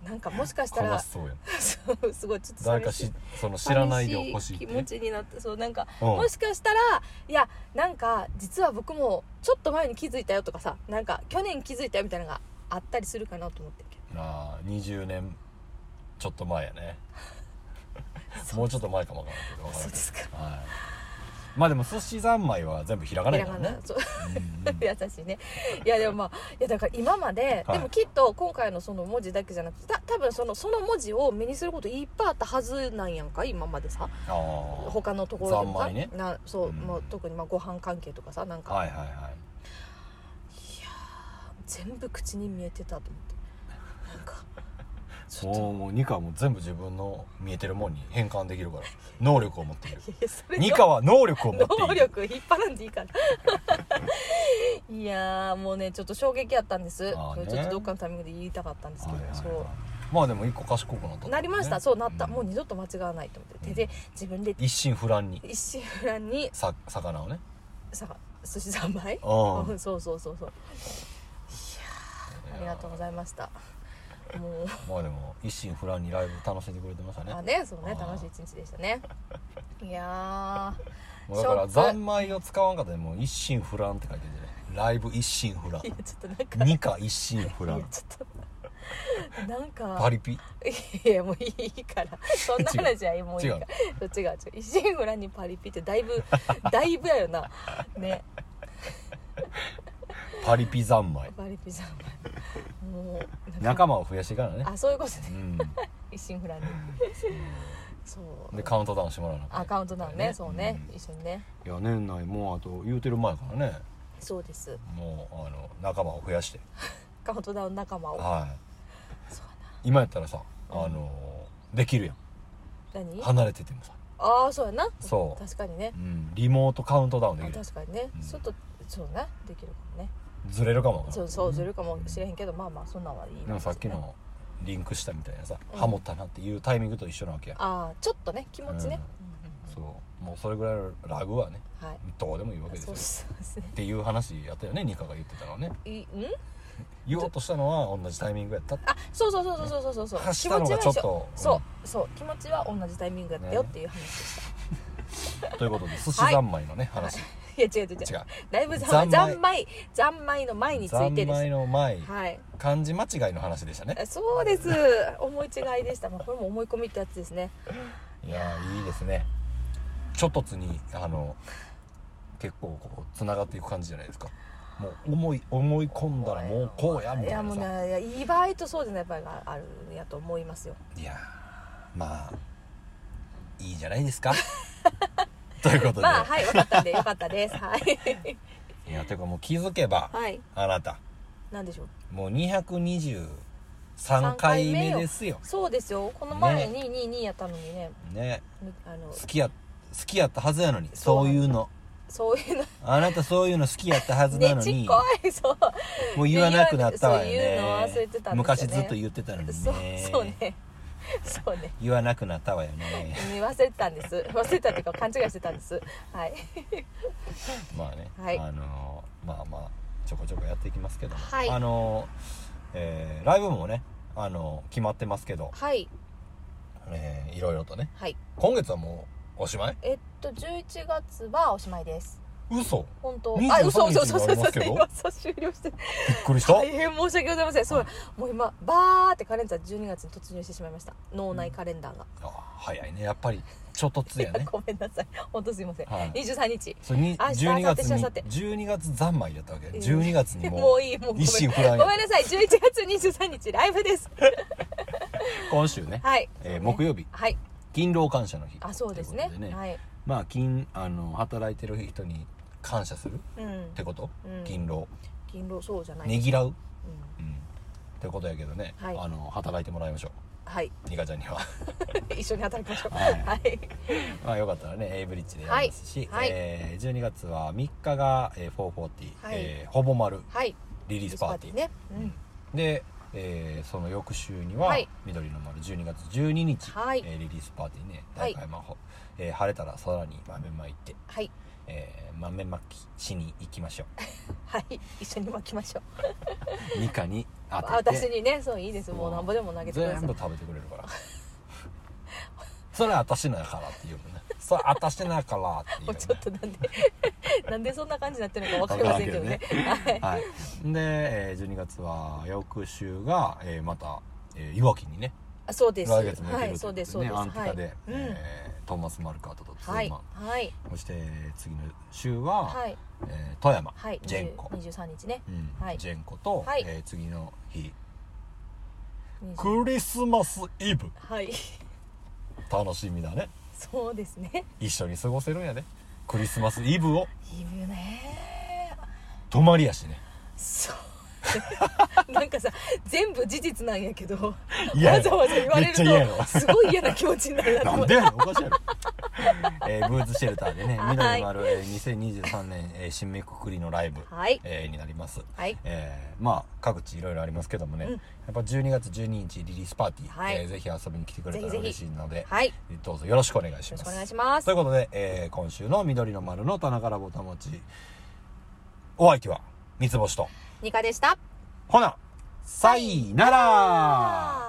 B: なんかもしかし
A: い
B: た
A: 悲
B: ら
A: し、そうやな
B: そうすごいちょっと
A: 誰か
B: 寂
A: し
B: しい。
A: その知らないでほしい
B: 寂
A: っ
B: 気
A: て
B: 持ちになって、そうなんか、
A: うん
B: もしかしたら、いや、なんか実は僕もちょっと前に気づいたよとかさ、なんか去年気づいたよみたいなのがあったりするかなと思ってるけど。
A: あー20年ちょっと前やね
B: そう
A: もうちょっと前かもわからんけどわからん
B: そう
A: けど
B: ですか
A: はい、まあでも寿司三昧は全部ひらがな
B: ひ
A: や
B: ら
A: か
B: が
A: ら
B: な
A: ね
B: そう
A: うんうん
B: 優しいねいやでもまあいやだから今まで、
A: はい
B: でもきっと今回のその文字だけじゃなくてた多分そのその文字を目にすることいっぱいあったはずなんやんか今までさ
A: あー
B: 他のところでもさ、
A: 三昧ね
B: なそう、
A: うん
B: まあ、特にまあご飯関係とかさなんか、
A: はいはいはい
B: 全部口に見えてたと思ってなんか ちょっと
A: もうもう二課はもう全部自分の見えてるもんに変換できる から能力を持っている
B: いやそれ
A: 二課は能力を持っている
B: 能力引っ張らんでいいから いやーもうねちょっと衝撃やったんです、
A: あーね
B: それちょっとどっかのタイミングで言いたかったんですけど、
A: はいはいはい
B: そう
A: まあでも一個賢くなったとね、
B: なりました、そうなった、
A: ん
B: もう二度と間違わないと思って、
A: うん
B: でで自分で
A: 一心不乱に
B: 一心不乱に
A: さ魚をね
B: さ寿司三昧
A: うん
B: うん そうそうそうそうありがとうございましたもう
A: まあでも一心不乱にライブ楽しんでくれてましたね
B: あねそうね
A: あー
B: 楽しい一日でしたねいや
A: もうだから
B: ショック
A: 三昧を使わんかったらもう一心不乱って書いてるじゃないライブ一心不乱
B: ーいやちょっとなんか
A: 二課一心不
B: い
A: 乱
B: やちょっとなんか
A: パリピ
B: いやもういいからそんな話はもういいから違う違う一心不乱にパリピってだいぶ だいぶやよなね
A: パリピ三昧
B: パリピじゃんもうなんか
A: 仲間を増やしていからね
B: あそういうことね
A: うん
B: 一心不乱にそう
A: でカウントダウンしてもらうな
B: アカウントなのねそうね、
A: ん
B: 一緒にね
A: いや年内もうあと言うてる前からね
B: そうです
A: もうあの仲間を増やして
B: カウントダウン仲間を
A: はい
B: そうや
A: 今やったらさあ
B: うん
A: のできるやん
B: な何
A: 離れててもさ
B: ああそうやな
A: そう
B: 確かにね
A: うんリモートカウントダウンで
B: あ
A: きる
B: 確かにね、
A: うん
B: ちょっとそうなできるかもね
A: ずれるかもわからん
B: そうそうずるかもしれへんけどまあまあそんなんはいい
A: でもさっき
B: ですね
A: のリンクしたみたいなさ、
B: うん
A: ハモったなっていうタイミングと一緒なわけや
B: ああちょっとね気持ちね、うん
A: そうもうそれぐらいのラグはね
B: うんはい
A: どうでもいいわけです
B: そう
A: よっ
B: ですね
A: ていう話やったよねニカが言ってたのはね
B: いうん
A: 言おうとしたのは同じタイミングやったって
B: あそうそうそうそうそうそうそう、
A: 発したのがちょっと
B: 気持ちは一緒そうそう気持ちは同じタイミングだったよっていう話でした、
A: ということで寿司三昧のね、話違
B: いや違う違う違う
A: う
B: ライブ三昧
A: 三
B: 三昧三昧の前につい
A: 三
B: てです
A: 昧の前
B: はい
A: 漢字間違いの話でしたね
B: そうです思い違いでした、まあ、これも思い込みってやつですね
A: いやーいいですねちょっとつにあの結構こうつながっていく感じじゃないですかもう思い思い込んだらもうこうやみ
B: い
A: たい
B: や
A: な
B: もう
A: さ
B: ねいやいい場合とそうでない場合があるんやと思いますよ
A: いやーまあいいじゃない ですかということで、
B: まあはい分かったんでよかったですはい
A: い、やていうかもう気づけば、
B: はい
A: あなた
B: なんでしょう
A: もう223回目ですよ
B: そうですよこの前222やったのにね
A: ね
B: あの
A: 好きや好きやったはずやのに
B: そう
A: そういうの
B: そういうの
A: あなたそういうの好きやったはずな
B: ね
A: の
B: ち
A: に、
B: っこいそう
A: もう言わなくなったわよ
B: そう言うの忘
A: ね
B: れてたんです
A: 昔
B: よね
A: ずっと言ってたのに
B: そう
A: ね
B: そうねそうね
A: 言わなくなったわよね
B: うん忘れてたんです忘れたっていうか勘違いしてたんですはい
A: まあね、
B: はい
A: あのーまあまあちょこちょこやっていきますけども、
B: はい
A: あのーえーライブもね、あのー決まってますけど、
B: はい
A: えーいろいろとね
B: はい
A: 今月はもうおしまい
B: えっと11月はおしまいです
A: 嘘
B: 本当
A: 23
B: あ嘘嘘嘘
A: 日があ
B: 嘘
A: りますけど
B: 嘘今そう終了して
A: びっくりした、
B: 大変申し訳ございませんそうもう今バーってカレンダー12月に突入してしまいました脳内カレンダーが、
A: あ早いねやっぱりちょっとつや
B: いや
A: ね
B: ごめんなさい本当すいません、
A: はい
B: 23日
A: それに
B: 明日
A: 12月に
B: 明後日
A: 12月三昧だったわけ
B: えー
A: 12月にもう
B: もういいもうごめん
A: 一心不乱
B: ご
A: や
B: めんなさい11月23日ライブです
A: 今週ね、
B: はい、
A: えー木曜日
B: はい
A: 勤労感謝の日
B: あそうですね
A: ということで
B: はい
A: まあ勤あの働いてる人に感謝するっ
B: うん
A: てこと、
B: うん
A: 勤労
B: 勤労そうじゃない、
A: ねぎらう、
B: うん
A: うん、ってことやけどね、
B: はい
A: あの働いてもらいましょ
B: はい
A: うニカちゃんには
B: 一緒に働きましょう
A: はい
B: はい
A: まあよかったらね A ブリッジでやりますし、
B: はいはい
A: えー12月は3日が、えー440、
B: はい
A: えーほぼ丸
B: はい
A: リリースパーティー
B: ねう
A: うん
B: ん
A: で、えーその翌週には、
B: はい
A: 緑の丸12月12日、
B: はい
A: えーリリースパーティーね
B: は
A: 大
B: い
A: 会魔法、えー晴れたら空に豆まいて、
B: はい
A: えー、豆まきしに行きましょ
B: はい一緒に巻きましょう
A: うニカに当
B: あ
A: てて
B: 私にねそういいですも
A: そ
B: う
A: う
B: なんぼでも投げてください
A: 全部食べてくれるからそれは私のやからって言うもんねそれは私のやからって言うよ
B: もう
A: ね
B: ちょっとなんで なんでそんな感じになってるのかわかりませんけどねはい
A: はい、で、えー12月は翌週が、えーまた、えーいわきにね
B: あそうです
A: 来月も行
B: は
A: ける
B: い
A: と
B: そう
A: い
B: で
A: う
B: す
A: こと
B: そう
A: でね
B: です
A: アンティカで、
B: はいうん
A: えートーマス・マルカートとツーマ
B: は
A: ン、
B: いはい
A: そして次の週は、
B: はい
A: えー富山、
B: はい
A: ジェンコ、
B: 20 23日ね
A: うん
B: はい
A: ジェンコと、
B: はい
A: えー次の日
B: 20
A: クリスマスイブ
B: はい
A: 楽しみだね
B: そうですね
A: 一緒に過ごせるんやねクリスマスイブを
B: いるね
A: 泊まりやしね
B: そう なんかさ全部事実なんやけど
A: いや
B: わざわざ言われ
A: めっちゃ嫌や
B: る
A: ろ
B: とすごい嫌な気持ちになる なと
A: な
B: 思
A: ん
B: っ
A: で
B: て
A: やねんおかしいやろ、 えーブーツシェルターで ね
B: はい
A: 緑丸、えー2023年、えー締めくくりのライブ、
B: はい
A: えーになります
B: はい
A: えーまあ各地いろいろありますけどもね、
B: うん
A: やっぱ12月12日リリースパーティー、
B: はい
A: えーぜひ遊びに来てくれたら
B: ぜひぜひ
A: 嬉しいので
B: はいよ
A: どうぞよろしくお願いし
B: ろ
A: ます
B: しくお願いします
A: ということで、えー今週の「緑の丸の棚からぼたもち」お相手は三つ星と
B: ニカでした
A: ほなさいなら、
B: あー